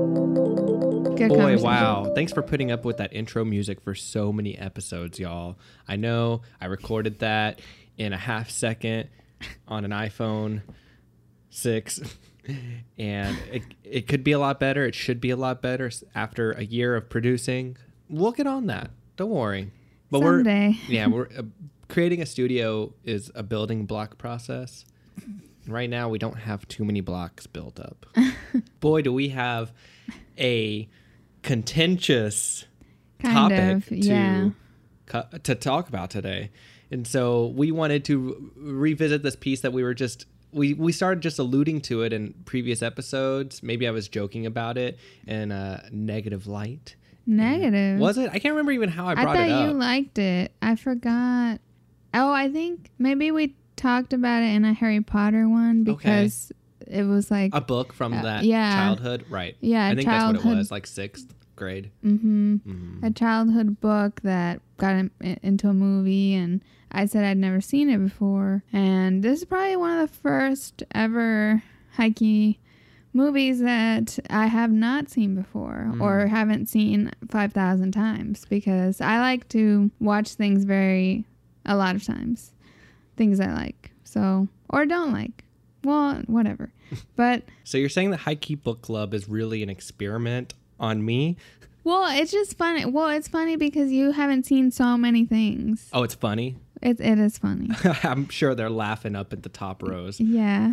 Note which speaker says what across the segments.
Speaker 1: Good
Speaker 2: Boy,
Speaker 1: conversation.
Speaker 2: wow. Thanks for putting up with that intro music for so many episodes, y'all. I know I recorded that in a half second on an iPhone 6, and it, it could be a lot better. It should be a lot better s- after a year of producing. We'll get on that. Don't worry. But
Speaker 1: Someday.
Speaker 2: we're, yeah, we're uh, creating a studio is a building block process. Right now, we don't have too many blocks built up. Boy, do we have a contentious
Speaker 1: Kind
Speaker 2: topic
Speaker 1: of,
Speaker 2: to
Speaker 1: yeah.
Speaker 2: co- to talk about today, and so we wanted to re- revisit this piece that we were just we we started just alluding to it in previous episodes. Maybe I was joking about it in a negative light.
Speaker 1: Negative.
Speaker 2: Was it? I can't remember even how I
Speaker 1: I
Speaker 2: brought
Speaker 1: thought
Speaker 2: it up.
Speaker 1: you liked it. I forgot. Oh, I think maybe we talked about it in a Harry Potter one because it was like
Speaker 2: a book from
Speaker 1: Uh,
Speaker 2: that
Speaker 1: yeah.
Speaker 2: childhood, right?
Speaker 1: Yeah,
Speaker 2: Um, I think that's what it
Speaker 1: childhood-
Speaker 2: was, like sixth grade.
Speaker 1: hmm
Speaker 2: Mhm.
Speaker 1: a childhood book that got in, into a movie, and I said I'd never seen it before. And this is probably one of the first ever hikey movies that I have not seen before or haven't seen 5,000 times because I like to watch things very, a lot of times, things I like. So, or don't like. Well, whatever. But
Speaker 2: So you're saying the High Key Book Club is really an experiment on me?
Speaker 1: Well, it's just funny. Well, it's funny because you haven't seen so many things.
Speaker 2: Oh, it's funny.
Speaker 1: It, it is funny.
Speaker 2: I'm sure they're laughing up at the top rows.
Speaker 1: Yeah.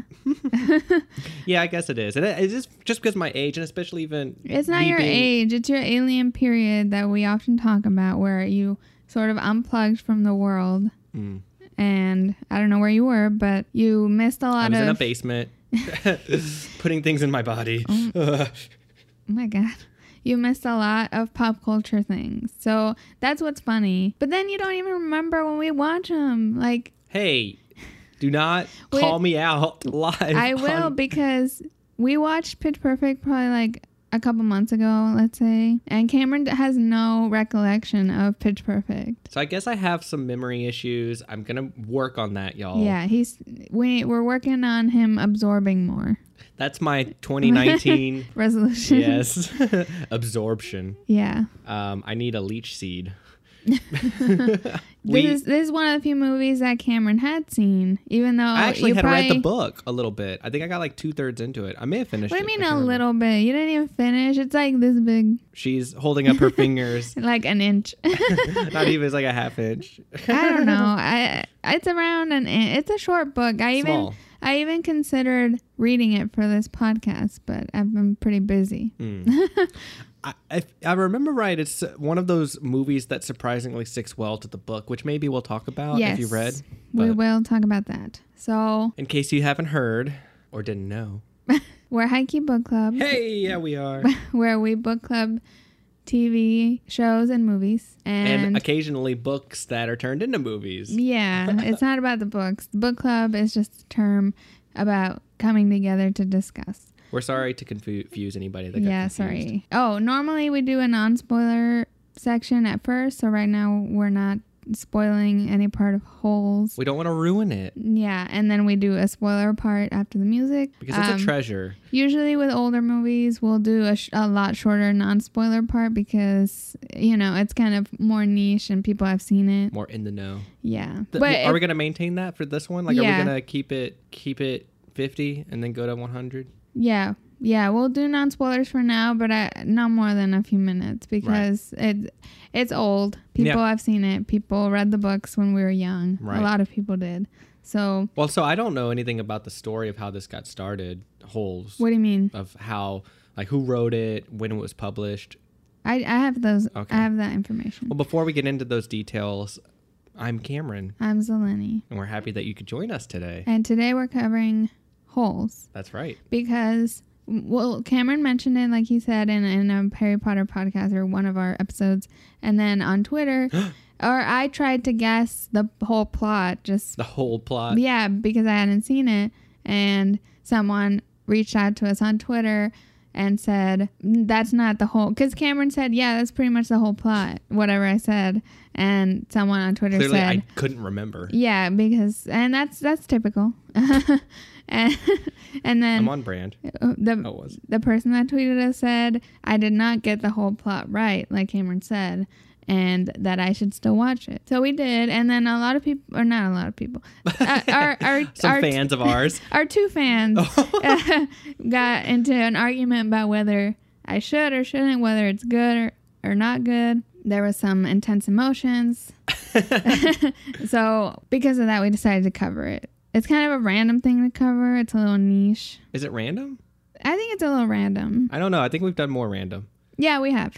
Speaker 2: Yeah, I guess it is. And it, it's just just because my age, and especially even
Speaker 1: It's not
Speaker 2: me
Speaker 1: your
Speaker 2: being-
Speaker 1: age, it's your alien period that we often talk about where you sort of unplugged from the world.
Speaker 2: Mm.
Speaker 1: And I don't know where you were, but you missed a
Speaker 2: I
Speaker 1: lot
Speaker 2: was
Speaker 1: of.
Speaker 2: in a basement, putting things in my body.
Speaker 1: Mm. Oh my god. You missed a lot of pop culture things. So that's what's funny. But then you don't even remember when we watch them. Like,
Speaker 2: hey, do not
Speaker 1: Wait.
Speaker 2: call me out live.
Speaker 1: I will
Speaker 2: on-
Speaker 1: because we watched Pitch Perfect probably like a couple months ago, let's say, and Cameron d- has no recollection of Pitch Perfect.
Speaker 2: So I guess I have some memory issues. I'm gonna work on that, y'all.
Speaker 1: Yeah, he's we we're working on him absorbing more
Speaker 2: That's my 2019.
Speaker 1: resolution.
Speaker 2: yes, absorption.
Speaker 1: yeah.
Speaker 2: Um, I need a leech seed.
Speaker 1: This
Speaker 2: we
Speaker 1: is this is one of the few movies that Cameron had seen, even though
Speaker 2: I actually
Speaker 1: you
Speaker 2: had
Speaker 1: oh, probably,
Speaker 2: read the book a little bit. I think I got like two thirds into it. I may have finished.
Speaker 1: What do you
Speaker 2: it. I
Speaker 1: mean
Speaker 2: can't
Speaker 1: a
Speaker 2: remember.
Speaker 1: little bit? You didn't even finish. It's like this big,
Speaker 2: She's holding up her fingers.
Speaker 1: like an inch.
Speaker 2: Not even it's like a half inch.
Speaker 1: I don't know. I it's around an in- it's a short book. I even
Speaker 2: Small.
Speaker 1: I even considered reading it for this podcast, but I've been pretty busy.
Speaker 2: Mm. I, if I remember right, it's one of those movies that surprisingly sticks well to the book, which maybe we'll talk about
Speaker 1: yes,
Speaker 2: if you read.
Speaker 1: we
Speaker 2: but-
Speaker 1: will talk about that. So
Speaker 2: In case you haven't heard or didn't know.
Speaker 1: we're Hikey Book Club,
Speaker 2: Hey, yeah, we are.
Speaker 1: where we book club TV shows and movies, and,
Speaker 2: and occasionally books that are turned into movies.
Speaker 1: yeah, it's not about the books. Book club is just a term about coming together to discuss.
Speaker 2: We're sorry to confuse anybody that got
Speaker 1: Yeah,
Speaker 2: confused.
Speaker 1: sorry. Oh, normally we do a non spoiler section at first, so right now we're not spoiling any part of holes.
Speaker 2: We don't want to ruin it
Speaker 1: Yeah, and then we do a spoiler part after the music.
Speaker 2: because it's
Speaker 1: Um,
Speaker 2: a treasure.
Speaker 1: Usually with older movies, we'll do a, sh- a lot shorter non spoiler part because, you know, it's kind of more niche and people have seen it.
Speaker 2: More in the know.
Speaker 1: Yeah. but
Speaker 2: Th- are we
Speaker 1: if-
Speaker 2: gonna maintain that for this one? Like, are
Speaker 1: Yeah.
Speaker 2: we gonna keep it keep it fifty and then go to one hundred?
Speaker 1: yeah. Yeah, we'll do non spoilers for now, but I, not more than a few minutes because it it's old. People
Speaker 2: Yeah.
Speaker 1: have seen it. People read the books when we were young.
Speaker 2: Right.
Speaker 1: A lot of people did. So,
Speaker 2: Well, so I don't know anything about the story of how this got started. Holes
Speaker 1: what do you mean?
Speaker 2: of how like who wrote it, when it was published.
Speaker 1: I, I have those.
Speaker 2: Okay.
Speaker 1: I have that information.
Speaker 2: Well, before we get into those details, I'm Cameron,
Speaker 1: I'm Zeleny.
Speaker 2: and we're happy that you could join us today.
Speaker 1: And today we're covering holes
Speaker 2: That's right.
Speaker 1: because, well, Cameron mentioned it, like he said, in, in a Harry Potter podcast or one of our episodes. And then on Twitter, or I tried to guess the whole plot just
Speaker 2: The whole plot.
Speaker 1: yeah because I hadn't seen it and someone reached out to us on Twitter and said that's not the whole because Cameron said yeah that's pretty much the whole plot whatever I said and someone on Twitter
Speaker 2: Clearly,
Speaker 1: said
Speaker 2: I couldn't remember.
Speaker 1: yeah because and that's that's typical and and
Speaker 2: I'm
Speaker 1: then
Speaker 2: on brand.
Speaker 1: uh, the
Speaker 2: Oh, it was.
Speaker 1: the person that tweeted us said, I did not get the whole plot right, like Cameron said, and that I should still watch it. So we did, and then a lot of people, or not a lot of people, uh, our, our,
Speaker 2: Some
Speaker 1: our,
Speaker 2: fans of ours.
Speaker 1: our two fans uh, got into an argument about whether I should or shouldn't, whether it's good or, or not good. There was some intense emotions. so because of that, we decided to cover it. It's kind of a random thing to cover. It's a little niche.
Speaker 2: Is it random?
Speaker 1: I think it's a little random.
Speaker 2: I don't know. I think we've done more random.
Speaker 1: Yeah, we have,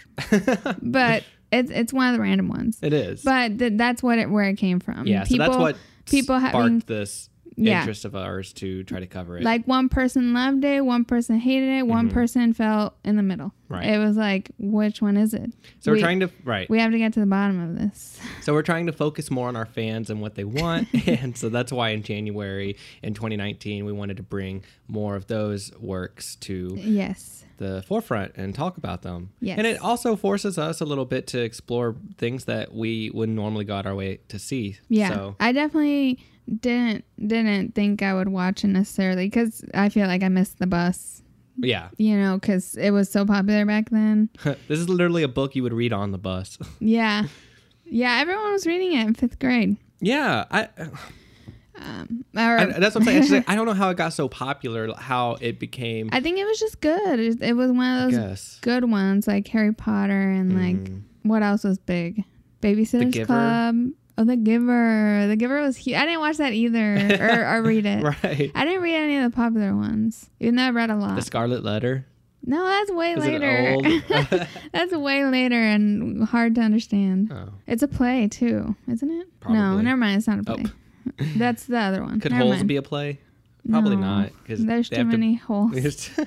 Speaker 1: but it's it's one of the random ones.
Speaker 2: It is.
Speaker 1: But th- that's what it where it came from.
Speaker 2: yeah, so that's what
Speaker 1: people
Speaker 2: sparked
Speaker 1: having-
Speaker 2: this
Speaker 1: Yeah.
Speaker 2: interest of ours to try to cover it.
Speaker 1: Like one person loved it, one person hated it, one person fell in the middle.
Speaker 2: Mm-hmm. Right.
Speaker 1: It was like, which one is it?
Speaker 2: so we're
Speaker 1: we,
Speaker 2: trying to right.
Speaker 1: We have to get to the bottom of this.
Speaker 2: So we're trying to focus more on our fans and what they want, and so that's why in January in 2019 we wanted to bring more of those works to
Speaker 1: Yes.
Speaker 2: the forefront and talk about them.
Speaker 1: Yes.
Speaker 2: And it also forces us a little bit to explore things that we wouldn't normally go out our way to see.
Speaker 1: Yeah.
Speaker 2: So
Speaker 1: I definitely didn't didn't think I would watch it necessarily because I feel like I missed the bus.
Speaker 2: yeah,
Speaker 1: You know, because it was so popular back then.
Speaker 2: this is literally a book you would read on the bus.
Speaker 1: Yeah. Yeah, everyone was reading it in fifth grade.
Speaker 2: yeah, I
Speaker 1: Or
Speaker 2: I- that's what I'm saying. It's just like, I don't know how it got so popular, how it became.
Speaker 1: I think it was just good. It, it was one of those
Speaker 2: guess.
Speaker 1: good ones, like Harry Potter and like what else was big? Babysitters
Speaker 2: Mm. Giver.
Speaker 1: Club. Oh, The Giver. The Giver was huge. I didn't watch that either, or, or read it.
Speaker 2: Right.
Speaker 1: I didn't read any of the popular ones, even though I read a lot.
Speaker 2: The Scarlet Letter.
Speaker 1: no, that's way
Speaker 2: Is
Speaker 1: later.
Speaker 2: it old?
Speaker 1: that's way later and hard to understand.
Speaker 2: oh.
Speaker 1: It's a play too, isn't it? No,
Speaker 2: Probably.
Speaker 1: never mind. It's not a
Speaker 2: Oh.
Speaker 1: play. That's the other one.
Speaker 2: Could
Speaker 1: never
Speaker 2: holes
Speaker 1: mind.
Speaker 2: be a play? Probably
Speaker 1: No.
Speaker 2: not. Because
Speaker 1: There's too many holes.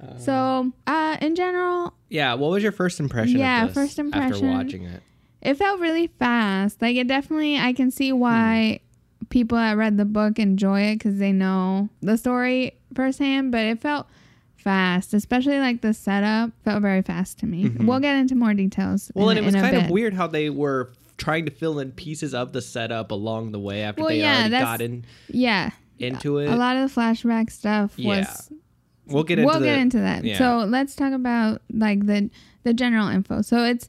Speaker 2: To,
Speaker 1: So, uh, in general,
Speaker 2: yeah. What was your first impression?
Speaker 1: Yeah,
Speaker 2: Of this
Speaker 1: first
Speaker 2: After
Speaker 1: impression.
Speaker 2: watching it.
Speaker 1: it felt really fast. Like it definitely, I can see
Speaker 2: Hmm.
Speaker 1: why people that read the book enjoy it because they know the story firsthand. But it felt fast, especially like the setup felt very fast to me. We'll get into more details.
Speaker 2: Mm-hmm. Well,
Speaker 1: in,
Speaker 2: and it was
Speaker 1: in a
Speaker 2: kind of
Speaker 1: bit.
Speaker 2: weird how they were trying to fill in pieces of the setup along the way after
Speaker 1: Well,
Speaker 2: they
Speaker 1: yeah,
Speaker 2: already
Speaker 1: that's-
Speaker 2: got in,
Speaker 1: Yeah,
Speaker 2: into it.
Speaker 1: a lot of the flashback stuff
Speaker 2: Yeah.
Speaker 1: was.
Speaker 2: We'll get into
Speaker 1: we'll
Speaker 2: the,
Speaker 1: get into that.
Speaker 2: yeah.
Speaker 1: So let's talk about like the the general info. So it's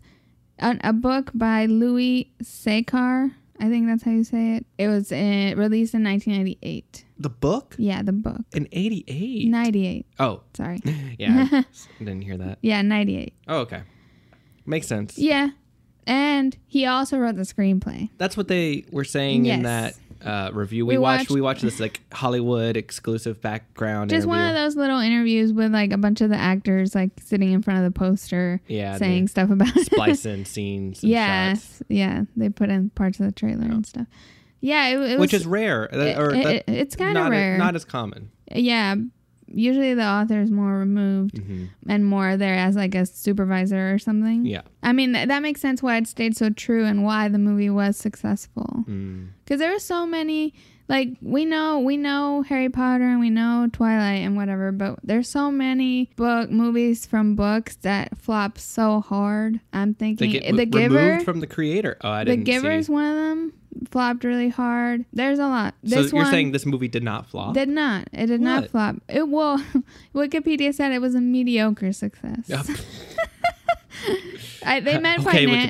Speaker 1: a, a book by Louis Sekar. I think that's how you say it. It was uh, released in 1998.
Speaker 2: the book
Speaker 1: Yeah, the book.
Speaker 2: in '88.
Speaker 1: 98.
Speaker 2: Oh,
Speaker 1: Sorry.
Speaker 2: yeah. I didn't hear that.
Speaker 1: Yeah, 98.
Speaker 2: Oh, okay. Makes sense.
Speaker 1: Yeah. And he also wrote the screenplay.
Speaker 2: That's what they were saying in that
Speaker 1: Yes.
Speaker 2: uh, review we,
Speaker 1: We
Speaker 2: watched,
Speaker 1: watched-
Speaker 2: We watched this like Hollywood exclusive background.
Speaker 1: Just one of
Speaker 2: interview.
Speaker 1: those little interviews with like a bunch of the actors like sitting in front of the poster
Speaker 2: Yeah,
Speaker 1: saying
Speaker 2: they-
Speaker 1: stuff about
Speaker 2: splice in scenes. And
Speaker 1: Yes.
Speaker 2: shots, Oh.
Speaker 1: Yeah. They put in parts of the trailer and stuff. Yeah, it, it
Speaker 2: which
Speaker 1: was
Speaker 2: is rare uh,
Speaker 1: it-
Speaker 2: or
Speaker 1: it-
Speaker 2: that-
Speaker 1: it- it's kind
Speaker 2: not
Speaker 1: of
Speaker 2: a-
Speaker 1: rare.
Speaker 2: not as common.
Speaker 1: yeah. Usually the author is more removed and more there as like a supervisor or something.
Speaker 2: Mm-hmm. Yeah,
Speaker 1: I mean, th- that makes sense why it stayed so true and why the movie was
Speaker 2: Mm.
Speaker 1: successful. Because there were so many, like we know, we know Harry Potter and we know Twilight and whatever, but there's so many book movies from books that flop so hard. I'm
Speaker 2: they
Speaker 1: thinking
Speaker 2: get
Speaker 1: The
Speaker 2: w-
Speaker 1: Giver,
Speaker 2: removed from the creator. Oh, I
Speaker 1: The
Speaker 2: didn't.
Speaker 1: Giver is
Speaker 2: see.
Speaker 1: one of them. Flopped really hard. There's a lot.
Speaker 2: So
Speaker 1: This
Speaker 2: you're
Speaker 1: one
Speaker 2: saying this movie did not flop?
Speaker 1: did not. It did
Speaker 2: What?
Speaker 1: not flop. It well, Wikipedia said it was a mediocre success.
Speaker 2: Yeah.
Speaker 1: I, they meant
Speaker 2: okay,
Speaker 1: finan-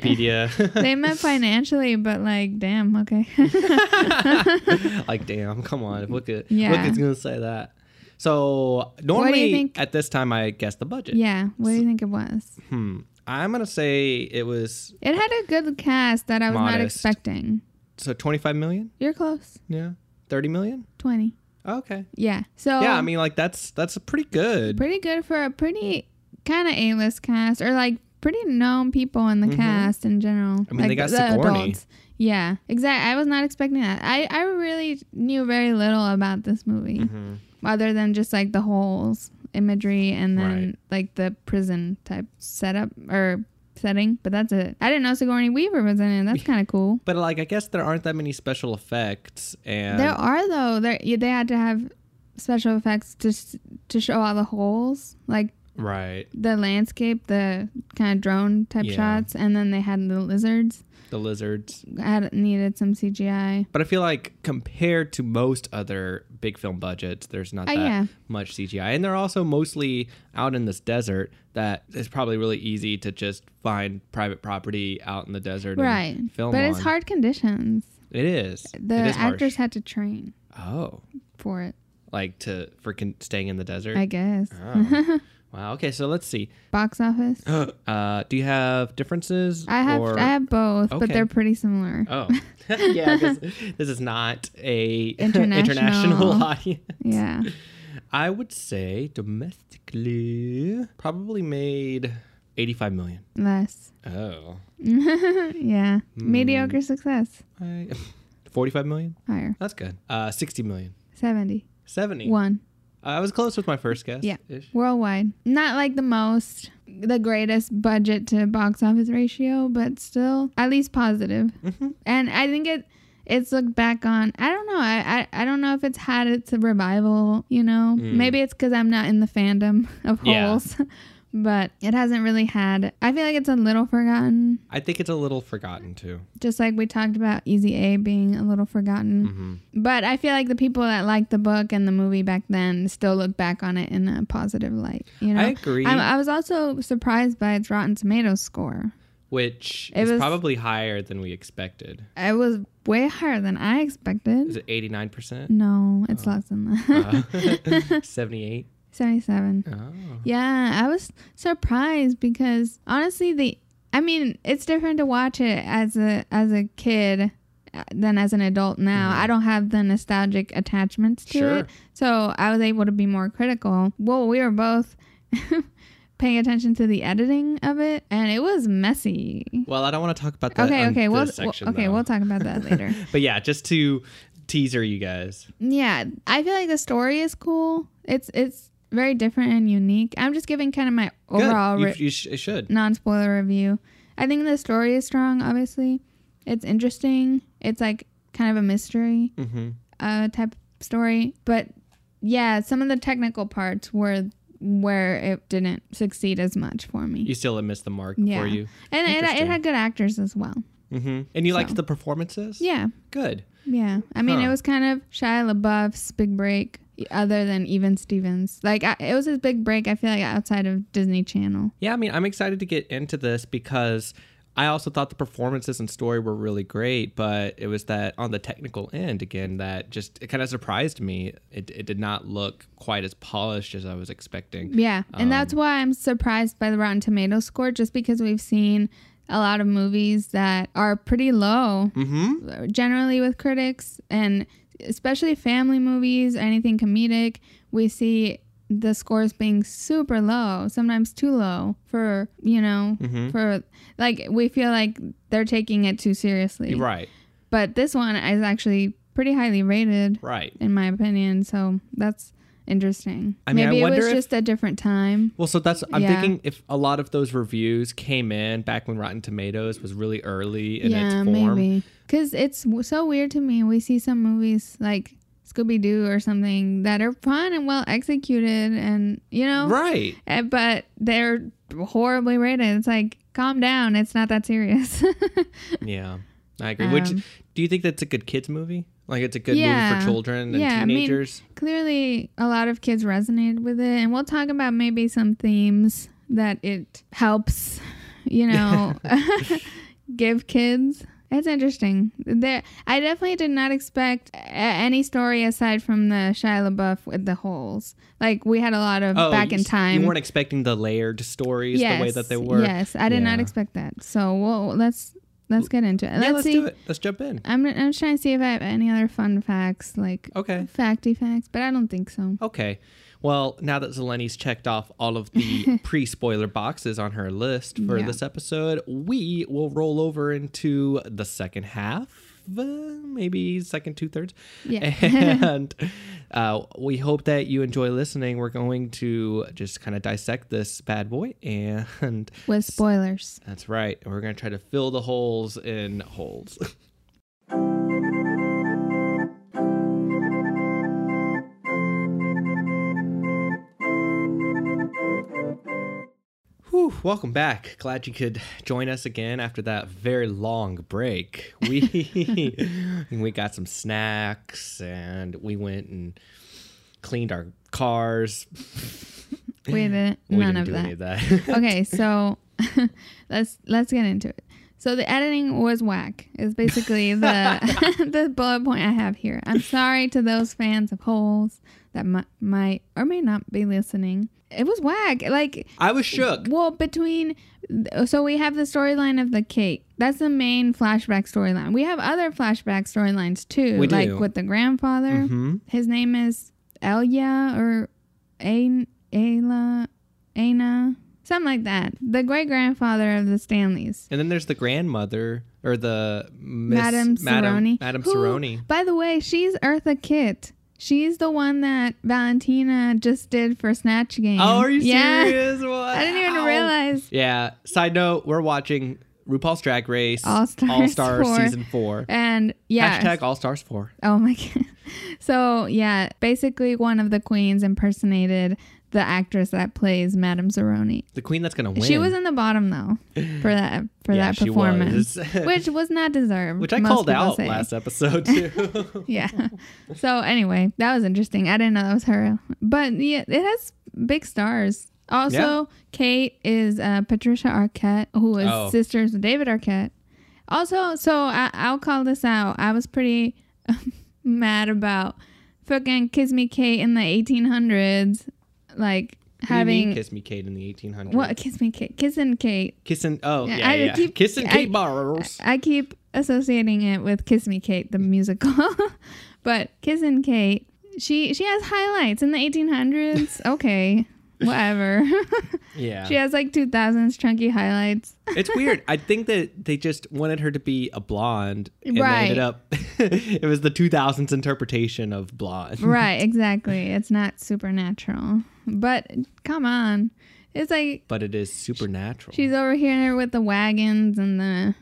Speaker 2: Wikipedia.
Speaker 1: they meant financially, but like, damn, okay.
Speaker 2: like, damn, come on. Look at look
Speaker 1: Yeah.
Speaker 2: it's gonna say that. So normally
Speaker 1: think-
Speaker 2: at this time I guess the budget.
Speaker 1: yeah, what do you think it was?
Speaker 2: Hmm. I'm gonna say it was
Speaker 1: It had a good cast that I was not
Speaker 2: Modest.
Speaker 1: expecting.
Speaker 2: so 25 million.
Speaker 1: You're close,
Speaker 2: Yeah, 30 million.
Speaker 1: twenty.
Speaker 2: Okay.
Speaker 1: Yeah, so
Speaker 2: Yeah, I mean like that's that's pretty
Speaker 1: Oh.
Speaker 2: good.
Speaker 1: pretty good for a pretty kind of A-list cast, or like pretty known people in the cast in general.
Speaker 2: Mm-hmm. I mean,
Speaker 1: like
Speaker 2: they got Sigourney.
Speaker 1: Yeah, exactly. I was not expecting that. I I really knew very little about this movie,
Speaker 2: Mm-hmm.
Speaker 1: other than just like the holes imagery and then
Speaker 2: Right.
Speaker 1: like the prison type setup or setting, but that's it. I didn't know Sigourney Weaver was in it. That's kind of cool.
Speaker 2: But like, I guess there aren't that many special effects, and
Speaker 1: There are though. There you- they had to have special effects to s- to show all the holes, like
Speaker 2: right,
Speaker 1: the landscape, the kind of drone type
Speaker 2: Yeah.
Speaker 1: shots, and then they had the lizards.
Speaker 2: the lizards.
Speaker 1: Had needed some CGI.
Speaker 2: But I feel like compared to most other big film budgets, there's not
Speaker 1: Uh,
Speaker 2: that
Speaker 1: yeah.
Speaker 2: much CGI, and they're also mostly out in this desert. That it's probably really easy to just find private property out in the desert,
Speaker 1: Right,
Speaker 2: And film,
Speaker 1: but it's
Speaker 2: on.
Speaker 1: hard conditions.
Speaker 2: It is.
Speaker 1: The
Speaker 2: it is
Speaker 1: actors
Speaker 2: harsh.
Speaker 1: had to train
Speaker 2: Oh,
Speaker 1: for it,
Speaker 2: like to for con- staying in the desert.
Speaker 1: I guess.
Speaker 2: Oh. wow. Okay, so let's see.
Speaker 1: Box office.
Speaker 2: Uh, do you have differences?
Speaker 1: I have
Speaker 2: Or-
Speaker 1: I have both, but
Speaker 2: Okay.
Speaker 1: they're pretty similar.
Speaker 2: oh, yeah. 'cause This is not a
Speaker 1: International.
Speaker 2: international audience.
Speaker 1: Yeah,
Speaker 2: I would say domestically probably made eighty-five million.
Speaker 1: less.
Speaker 2: Oh,
Speaker 1: yeah,
Speaker 2: Hmm.
Speaker 1: mediocre success.
Speaker 2: I, forty-five million.
Speaker 1: Higher.
Speaker 2: That's good. Uh, sixty million.
Speaker 1: Seventy.
Speaker 2: Seventy. Uh,
Speaker 1: One.
Speaker 2: I was close with my first guess.
Speaker 1: Yeah.
Speaker 2: ish.
Speaker 1: worldwide. Not like the most, the greatest budget to box office ratio, but still at least positive.
Speaker 2: Mhm.
Speaker 1: And I think it it's looked back on. I don't know. I I, I don't know if it's had its revival. You know,
Speaker 2: Mm.
Speaker 1: maybe it's because I'm not in the fandom of
Speaker 2: Yeah.
Speaker 1: holes. But it hasn't really had. I feel like it's a little forgotten,
Speaker 2: I think it's a little forgotten too.
Speaker 1: just like we talked about Easy A being a little forgotten.
Speaker 2: Mm-hmm.
Speaker 1: But I feel like the people that liked the book and the movie back then still look back on it in a positive light. You know,
Speaker 2: I agree.
Speaker 1: I'm- uh, I, was also surprised by its Rotten Tomatoes score.
Speaker 2: which
Speaker 1: It
Speaker 2: is
Speaker 1: was-
Speaker 2: probably higher than we expected.
Speaker 1: It was way higher than I
Speaker 2: Is
Speaker 1: expected.
Speaker 2: it Oh. 89%?
Speaker 1: No, it's less than that.
Speaker 2: Uh, 78?
Speaker 1: 77.
Speaker 2: Oh.
Speaker 1: Yeah, I was surprised because honestly, the I mean, it's different to watch it as a as a kid uh, than as an adult now. I don't have the nostalgic attachments to
Speaker 2: Mm-hmm. Sure.
Speaker 1: it, so I was able to be more critical. Well, we were both paying attention to the editing of it, and it was messy.
Speaker 2: Well, I don't want to talk about that.
Speaker 1: Okay,
Speaker 2: on
Speaker 1: okay,
Speaker 2: this
Speaker 1: we'll,
Speaker 2: section,
Speaker 1: okay,
Speaker 2: though.
Speaker 1: we'll talk about that later.
Speaker 2: But yeah, just to teaser you guys.
Speaker 1: Yeah, I feel like the story is cool. It's it's very different and unique. I'm just giving kind of my overall
Speaker 2: Good.
Speaker 1: re-
Speaker 2: You, you sh- it should.
Speaker 1: non spoiler review. I think the story is strong, obviously. It's interesting. It's like kind of a mystery
Speaker 2: Mm-hmm.
Speaker 1: uh, type story. But yeah, some of the technical parts were where it didn't succeed as much for
Speaker 2: You
Speaker 1: me.
Speaker 2: still have missed the mark
Speaker 1: Yeah.
Speaker 2: for you.
Speaker 1: And it, it
Speaker 2: Interesting.
Speaker 1: had good actors as well.
Speaker 2: Mm-hmm. And you liked
Speaker 1: So.
Speaker 2: the performances?
Speaker 1: Yeah,
Speaker 2: Good.
Speaker 1: yeah. I mean,
Speaker 2: Huh.
Speaker 1: it was kind of Shia LaBeouf's big break, e, other than Even Stevens. Like, I, it was his big break, I feel like, outside of Disney Channel.
Speaker 2: Yeah, I mean, I'm excited to get into this because I also thought the performances and story were really great, but it was that on the technical end again that just it kind of surprised me. It, it did not look quite as polished as I was expecting.
Speaker 1: Yeah, and that's why I'm surprised by the Rotten Tomato score, just because we've seen a lot of movies that are pretty low,
Speaker 2: Mm-hmm.
Speaker 1: generally with critics, and especially family movies, anything comedic. We see the scores being super low, sometimes too low for you know
Speaker 2: Mm-hmm.
Speaker 1: for like we feel like they're taking it too seriously.
Speaker 2: Right,
Speaker 1: But this one is actually pretty highly rated
Speaker 2: right.
Speaker 1: in my opinion. So that's interesting.
Speaker 2: I mean, I
Speaker 1: Maybe it
Speaker 2: wonder
Speaker 1: was
Speaker 2: if-
Speaker 1: just a different time.
Speaker 2: Well, so that's I'm
Speaker 1: Yeah.
Speaker 2: thinking if a lot of those reviews came in back when Rotten Tomatoes was really early in its
Speaker 1: yeah,
Speaker 2: form.
Speaker 1: maybe. Because it's w- so weird to me. We see some movies like Scooby Doo or something that are fun and well executed, and you know,
Speaker 2: Right.
Speaker 1: eh, but they're horribly rated. It's like, calm down. It's not that serious.
Speaker 2: Yeah, I agree. Which
Speaker 1: Um,
Speaker 2: do you think that's a good kids movie? Like it's a good movie
Speaker 1: Yeah.
Speaker 2: for children and
Speaker 1: Yeah, I mean,
Speaker 2: teenagers.
Speaker 1: Clearly, a lot of kids resonated with it, and we'll talk about maybe some themes that it helps, you know, give kids. It's interesting. There, I definitely did not expect a- any story aside from the Shia LaBeouf with the holes. Like we had a lot of back
Speaker 2: Oh, you
Speaker 1: in
Speaker 2: s- You
Speaker 1: time.
Speaker 2: weren't expecting the layered stories the way that they were.
Speaker 1: Yes, I did not
Speaker 2: Yeah.
Speaker 1: expect that. So well, let's let's get into it.
Speaker 2: Yeah, let's
Speaker 1: see.
Speaker 2: do it. Let's jump in.
Speaker 1: I'm I'm just trying to see if I have any other fun facts, like
Speaker 2: Okay.
Speaker 1: facty facts, but I don't think so.
Speaker 2: Okay. Well, now that Zeleni's checked off all of the pre spoiler boxes on her list for
Speaker 1: Yeah.
Speaker 2: this episode, we will roll over into the second half, uh, maybe second two thirds.
Speaker 1: Yeah.
Speaker 2: and uh, we hope that you enjoy listening. We're going to just kind of dissect this bad boy. And
Speaker 1: With spoilers.
Speaker 2: that's right. We're going to try to fill the holes in holes. Whew, welcome back. Glad you could join us again after that very long break. We we got some snacks and we went and cleaned our cars.
Speaker 1: We didn't.
Speaker 2: We
Speaker 1: None
Speaker 2: didn't
Speaker 1: of
Speaker 2: do
Speaker 1: that.
Speaker 2: any of that.
Speaker 1: okay, so let's let's get into it. So the editing was whack. Is basically the the bullet point I have here. I'm sorry to those fans of holes that mi- might or may not be listening. It was whack. Like
Speaker 2: I was shook.
Speaker 1: well, between so we have the storyline of the cake. That's the main flashback storyline. We have other flashback storylines too,
Speaker 2: We
Speaker 1: like
Speaker 2: do.
Speaker 1: with the grandfather.
Speaker 2: hmm
Speaker 1: His name is Elia or Ain- Ayla, Aina, something like that. The great grandfather of the Stanleys.
Speaker 2: And then there's the grandmother or the Miss,
Speaker 1: Madame Cerrone.
Speaker 2: Madame
Speaker 1: who,
Speaker 2: Cerrone.
Speaker 1: By the way, she's Eartha Kitt. She's the one that Valentina just did for Snatch Game.
Speaker 2: Oh, are you
Speaker 1: yeah.
Speaker 2: serious?
Speaker 1: I didn't even
Speaker 2: Wow.
Speaker 1: realize.
Speaker 2: Yeah. Side note: We're watching RuPaul's Drag Race
Speaker 1: All Stars Uh,
Speaker 2: Stars
Speaker 1: 4.
Speaker 2: season four.
Speaker 1: And yeah.
Speaker 2: Hashtag All Stars four.
Speaker 1: Oh my god. So yeah, basically one of the queens impersonated the actress that plays Madame Cerrone.
Speaker 2: The queen that's gonna win.
Speaker 1: She was in the bottom though for that for
Speaker 2: Yeah,
Speaker 1: that
Speaker 2: she
Speaker 1: performance,
Speaker 2: was.
Speaker 1: which was not deserved.
Speaker 2: Which I
Speaker 1: most
Speaker 2: called
Speaker 1: people
Speaker 2: out
Speaker 1: say.
Speaker 2: last episode too.
Speaker 1: Yeah. So anyway, that was interesting. I didn't know that was her, but yeah, it has big stars. Also,
Speaker 2: Yeah.
Speaker 1: Kate is uh, Patricia Arquette, who is
Speaker 2: Oh.
Speaker 1: sisters with David Arquette. Also, so I, I'll call this out. I was pretty mad about fucking Kiss Me Kate in the 1800s, like
Speaker 2: Having
Speaker 1: having.
Speaker 2: kiss me Kate in the 1800s.
Speaker 1: What kiss me Kate? Kissing Kate.
Speaker 2: Kissing. Oh
Speaker 1: Yeah,
Speaker 2: yeah,
Speaker 1: I
Speaker 2: yeah.
Speaker 1: keep-
Speaker 2: kissing
Speaker 1: I-
Speaker 2: Kate Barrows.
Speaker 1: I keep associating it with Kiss Me Kate, the musical. but Kissin' Kate, she she has highlights in the 1800s. Okay, whatever.
Speaker 2: Yeah.
Speaker 1: she has like 2000s chunky highlights.
Speaker 2: It's weird. I think that they just wanted her to be a blonde, and
Speaker 1: Right.
Speaker 2: they ended up. it was the 2000s interpretation of blonde.
Speaker 1: right, exactly. It's not supernatural. But come on. It's like
Speaker 2: But it is supernatural.
Speaker 1: she's over here with the wagons and the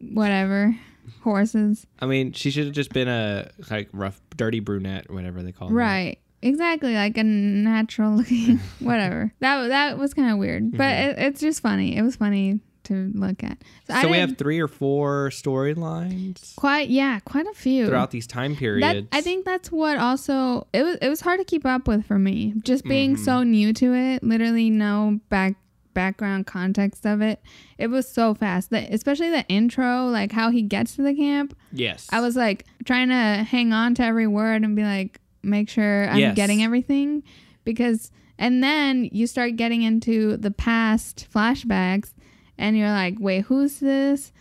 Speaker 1: whatever horses.
Speaker 2: I mean, she should have just been a like rough, dirty brunette, or whatever they call her.
Speaker 1: Right. Exactly, like a natural looking whatever. That that was kind of weird, but it, it's just funny. It was funny to look at. So, I
Speaker 2: Mm-hmm. So we
Speaker 1: didn't-
Speaker 2: have three or four storylines
Speaker 1: quite yeah, quite a few.
Speaker 2: throughout these time
Speaker 1: that,
Speaker 2: periods.
Speaker 1: I think that's what also it was it was hard to keep up with for me, just being so
Speaker 2: Mm-hmm.
Speaker 1: new to it. Literally no back background context of it. It was so fast, the, especially the intro, like how he gets to the camp.
Speaker 2: yes,
Speaker 1: I was like trying to hang on to every word and be like, make sure I'm
Speaker 2: Yes.
Speaker 1: getting everything because, and then you start getting into the past flashbacks and you're like, wait, who's this?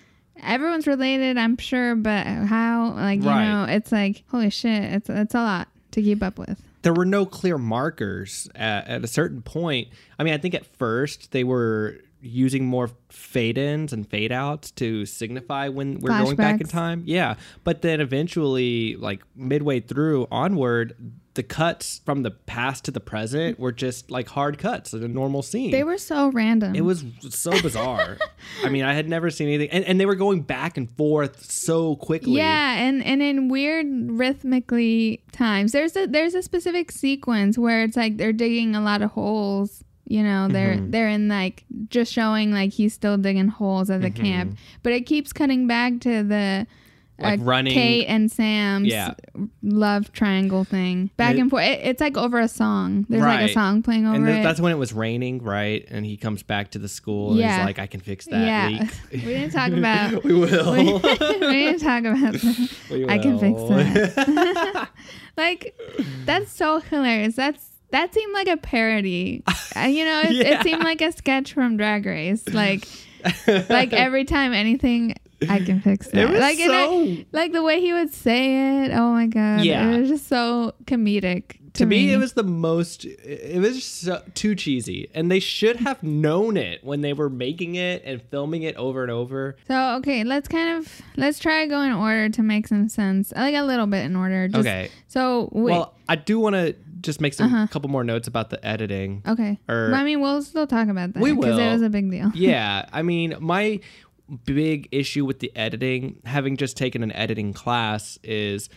Speaker 1: Everyone's related, I'm sure, but how? Like, you
Speaker 2: Right.
Speaker 1: know, it's like, holy shit, it's, it's a lot to keep up with.
Speaker 2: there were no clear markers at, at a certain point. I mean, I think at first they were using more fade ins and fade outs to signify when we're going back in
Speaker 1: Flashbacks.
Speaker 2: time. Yeah. But then eventually, like midway through onward, the cuts from the past to the present were just like hard cuts in a normal scene.
Speaker 1: They were so random.
Speaker 2: it was so bizarre. I mean, I had never seen anything, and, and they were going back and forth so quickly.
Speaker 1: Yeah, and and in weird rhythmically times. There's a there's a specific sequence where it's like they're digging a lot of holes. You know, they're
Speaker 2: Mm-hmm.
Speaker 1: they're in like just showing like he's still digging holes at the
Speaker 2: Mm-hmm.
Speaker 1: camp, but it keeps cutting back to the
Speaker 2: Like running-
Speaker 1: Kate and Sam's
Speaker 2: Yeah.
Speaker 1: love triangle thing back
Speaker 2: It-
Speaker 1: and forth. It, it's like over a song. There's like a
Speaker 2: Right.
Speaker 1: song playing over
Speaker 2: And th-
Speaker 1: it.
Speaker 2: that's when it was raining, right? And he comes back to the school and
Speaker 1: Yeah.
Speaker 2: he's like, I can fix that
Speaker 1: yeah, we
Speaker 2: leak.
Speaker 1: didn't talk about.
Speaker 2: we will.
Speaker 1: we didn't talk about that.
Speaker 2: We
Speaker 1: I can fix
Speaker 2: will.
Speaker 1: that. like that's so hilarious that's that seemed like a parody Uh, you know it, it
Speaker 2: Yeah.
Speaker 1: seemed like a sketch from drag race like like every time anything i can fix that
Speaker 2: it was
Speaker 1: like and I-
Speaker 2: so
Speaker 1: like the way he would say it oh my god
Speaker 2: Yeah.
Speaker 1: it was just so comedic
Speaker 2: to me,
Speaker 1: me.
Speaker 2: it was the most. It was just so, too cheesy, and they should have known it when they were making it and filming it over and over.
Speaker 1: So okay, let's kind of let's try go in order to make some sense. I like a little bit in order. Just,
Speaker 2: Okay.
Speaker 1: So wait. Uh-huh.
Speaker 2: Well, I do want to just make some couple more notes about the editing.
Speaker 1: okay.
Speaker 2: er,
Speaker 1: Well, I mean, we'll still talk about that
Speaker 2: we
Speaker 1: it
Speaker 2: will.
Speaker 1: was a big deal.
Speaker 2: yeah, I mean, my big issue with the editing, having just taken an editing class, is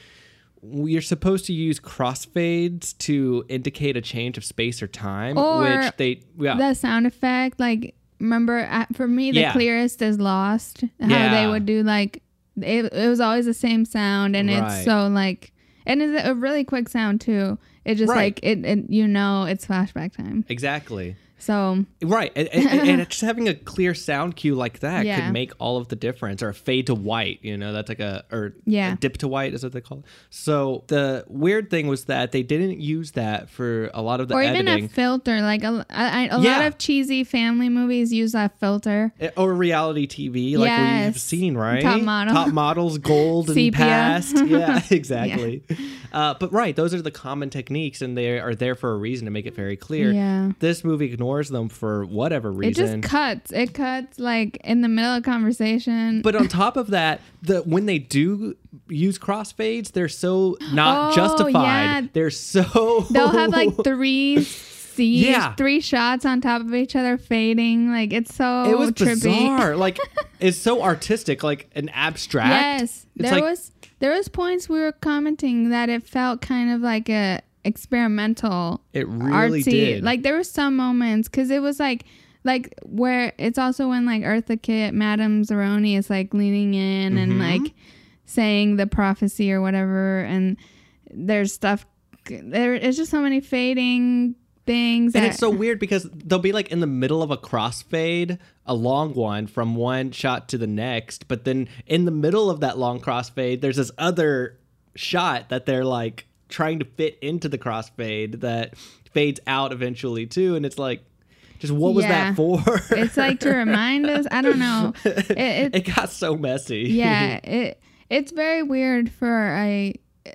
Speaker 2: we are supposed to use crossfades to indicate a change of space or time,
Speaker 1: Or
Speaker 2: which they yeah.
Speaker 1: The sound effect, like remember uh, for me, the
Speaker 2: Yeah.
Speaker 1: clearest is lost. How they
Speaker 2: Yeah.
Speaker 1: would do like it, it was always the same sound, and it's
Speaker 2: Right.
Speaker 1: so like, and it's a really quick sound too. It just
Speaker 2: Right.
Speaker 1: like it, it, you know, it's flashback time.
Speaker 2: exactly.
Speaker 1: So
Speaker 2: Right, and, and, and it's just having a clear sound cue like that
Speaker 1: Yeah.
Speaker 2: could make all of the difference, or a fade to white. You know, that's like a or
Speaker 1: Yeah.
Speaker 2: a dip to white is what they call it. So the weird thing was that they didn't use that for a lot of the
Speaker 1: or
Speaker 2: editing.
Speaker 1: even a filter like a, I- I- a lot
Speaker 2: Yeah.
Speaker 1: of cheesy family movies use that filter
Speaker 2: Eh, or reality TV, like
Speaker 1: Yes.
Speaker 2: we've seen, right?
Speaker 1: Top model.
Speaker 2: top models, gold and
Speaker 1: Sepia.
Speaker 2: past. Yeah, exactly. Uh, but right, those are the common techniques, and they are there for a reason to make it very clear.
Speaker 1: Yeah.
Speaker 2: This movie ignores them for whatever
Speaker 1: it
Speaker 2: reason.
Speaker 1: just cuts it cuts like in the middle of conversation
Speaker 2: but on top of that, the when they do use crossfades, they're so not
Speaker 1: Oh,
Speaker 2: justified.
Speaker 1: yeah.
Speaker 2: They're so
Speaker 1: they'll have like three scenes
Speaker 2: Yeah.
Speaker 1: three shots on top of each other fading like it's so
Speaker 2: it was
Speaker 1: trippy
Speaker 2: bizarre. like it's so artistic, like an abstract.
Speaker 1: yes
Speaker 2: It's
Speaker 1: there
Speaker 2: like-
Speaker 1: was there was points we were commenting that it felt kind of like a experimental
Speaker 2: It really did.
Speaker 1: Like there were some moments because it was like like where it's also when like Eartha Kitt, Madame Zeroni is like leaning in
Speaker 2: Mm-hmm.
Speaker 1: and like saying the prophecy or whatever, and there's stuff. There is just so many fading things.
Speaker 2: And
Speaker 1: that-
Speaker 2: it's so weird because they'll be like in the middle of a crossfade, a long one from one shot to the next, but then in the middle of that long crossfade, there's this other shot that they're like trying to fit into the crossfade that fades out eventually too, and it's like, just what was
Speaker 1: Yeah.
Speaker 2: that for?
Speaker 1: it's like to remind us. I don't know. It, it,
Speaker 2: it got so messy.
Speaker 1: yeah it it's very weird for a uh,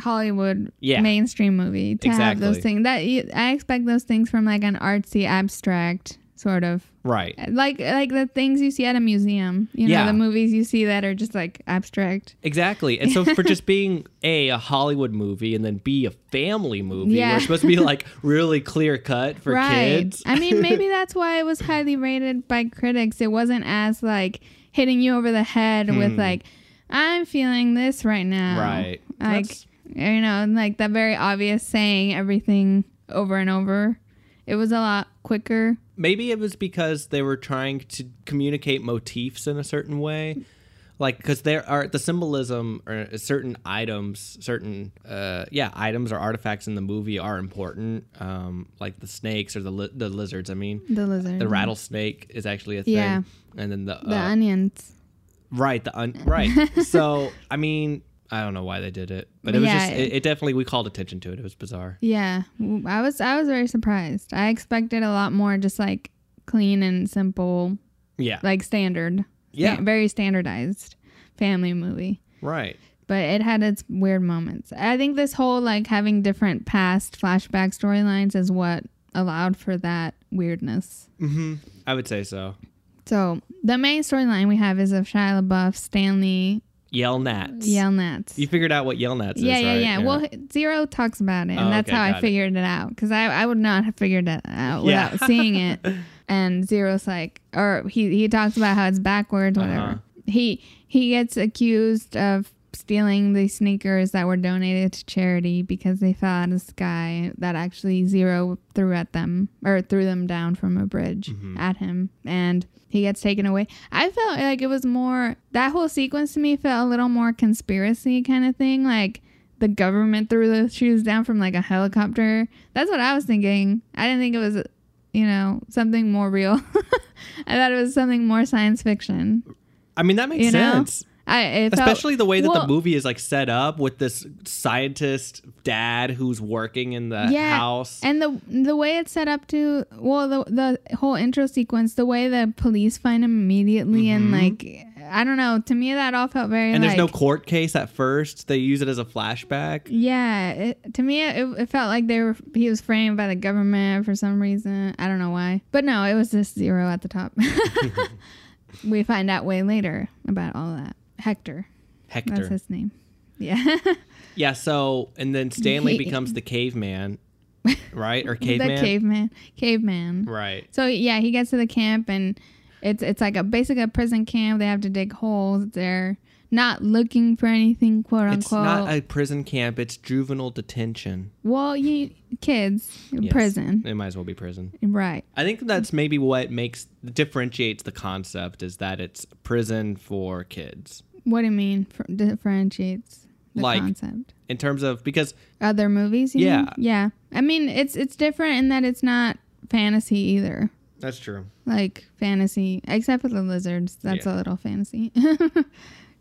Speaker 1: hollywood
Speaker 2: Yeah.
Speaker 1: mainstream movie to have those
Speaker 2: Exactly.
Speaker 1: things that you, i expect those things from like an artsy abstract sort of
Speaker 2: right.
Speaker 1: like like the things you see at a museum you know
Speaker 2: Yeah.
Speaker 1: the movies you see that are just like abstract
Speaker 2: Exactly. And so for just being A, a Hollywood movie and then B, a family movie,
Speaker 1: Yeah.
Speaker 2: we're supposed to be like really clear cut for
Speaker 1: right
Speaker 2: kids.
Speaker 1: i mean maybe that's why it was highly rated by critics it wasn't as like hitting you over the head with like i'm feeling this right now
Speaker 2: Hmm. Right.
Speaker 1: like
Speaker 2: That's-
Speaker 1: you know and like that very obvious saying everything over and over it was a lot quicker
Speaker 2: Maybe it was because they were trying to communicate motifs in a certain way. Like, because there are the symbolism or certain items, certain, uh, yeah, items or artifacts in the movie are important. Um, like the snakes or the, li- the lizards, I mean.
Speaker 1: the lizard
Speaker 2: The rattlesnake is actually a thing.
Speaker 1: Mm-hmm. Yeah.
Speaker 2: And then the,
Speaker 1: the
Speaker 2: uh,
Speaker 1: onions
Speaker 2: right, the, un- right. so, I mean, I don't know why they did it, but it was
Speaker 1: Yeah,
Speaker 2: just, it, it definitely, we called attention to it. It was bizarre.
Speaker 1: yeah w- i was i was very surprised i expected a lot more just like clean and simple
Speaker 2: Yeah.
Speaker 1: like standard
Speaker 2: Yeah.
Speaker 1: Sta- very standardized family movie
Speaker 2: Right.
Speaker 1: but it had its weird moments. I think this whole like having different past flashback storylines is what allowed for that weirdness.
Speaker 2: Mm-hmm. I would say so.
Speaker 1: So the main storyline we have is of Shia LaBeouf, Stanley,
Speaker 2: Yell gnats.
Speaker 1: Yell Nats.
Speaker 2: You figured out what Yell Nats
Speaker 1: yeah,
Speaker 2: is,
Speaker 1: yeah,
Speaker 2: right?
Speaker 1: yeah. Well, Zero talks about it, and
Speaker 2: Oh,
Speaker 1: that's
Speaker 2: okay,
Speaker 1: how I
Speaker 2: got it.
Speaker 1: figured it, out. Because I, I would not have figured it out
Speaker 2: Yeah.
Speaker 1: without seeing it. And Zero's like, or he he talks about how it's backwards, whatever.
Speaker 2: Uh-huh.
Speaker 1: He he gets accused of stealing the sneakers that were donated to charity because they fell out of the sky that actually Zero threw at them or threw them down from a bridge at him, and he gets taken away. I felt like it was more that whole sequence to me felt a little more conspiracy kind of thing, like the government threw those shoes down from like a helicopter. That's what I was thinking. I didn't think it was, you know, something more real. I thought it was something more science fiction.
Speaker 2: I mean, that makes
Speaker 1: You know?
Speaker 2: sense.
Speaker 1: I it felt-
Speaker 2: Especially the way that
Speaker 1: well,
Speaker 2: the movie is like set up with this scientist dad who's working in the
Speaker 1: Yeah,
Speaker 2: house.
Speaker 1: and the the way it's set up to well the the whole intro sequence, the way the police find him immediately and like I don't know. To me, that all felt very
Speaker 2: Mm-hmm. And
Speaker 1: like,
Speaker 2: there's no court case at first. They use it as a flashback.
Speaker 1: Yeah, it, to me, it, it felt like they were he was framed by the government for some reason. I don't know why, but no, it was just zero at the top. we find out way later about all that. Hector, that's
Speaker 2: Hector.
Speaker 1: his name. Yeah,
Speaker 2: Yeah, so and then Stanley
Speaker 1: Hey.
Speaker 2: becomes the caveman, right? Or
Speaker 1: the
Speaker 2: caveman.
Speaker 1: caveman, caveman.
Speaker 2: Right.
Speaker 1: So yeah, he gets to the camp and it's it's like a basically a prison camp. They have to dig holes. They're not looking for anything, quote
Speaker 2: It's
Speaker 1: unquote.
Speaker 2: not a prison camp, it's juvenile detention.
Speaker 1: well, you kids,
Speaker 2: Yes.
Speaker 1: prison,
Speaker 2: It might as well be prison.
Speaker 1: right?
Speaker 2: I think that's maybe what makes differentiates the concept is that it's prison for kids.
Speaker 1: What do you mean fr- differentiates the
Speaker 2: Like-
Speaker 1: concept?
Speaker 2: In terms of because
Speaker 1: Other movies, you
Speaker 2: Yeah.
Speaker 1: mean? yeah. I mean, it's it's different in that it's not fantasy either.
Speaker 2: that's true.
Speaker 1: Like fantasy, except for the lizards, that's a
Speaker 2: Yeah.
Speaker 1: little fantasy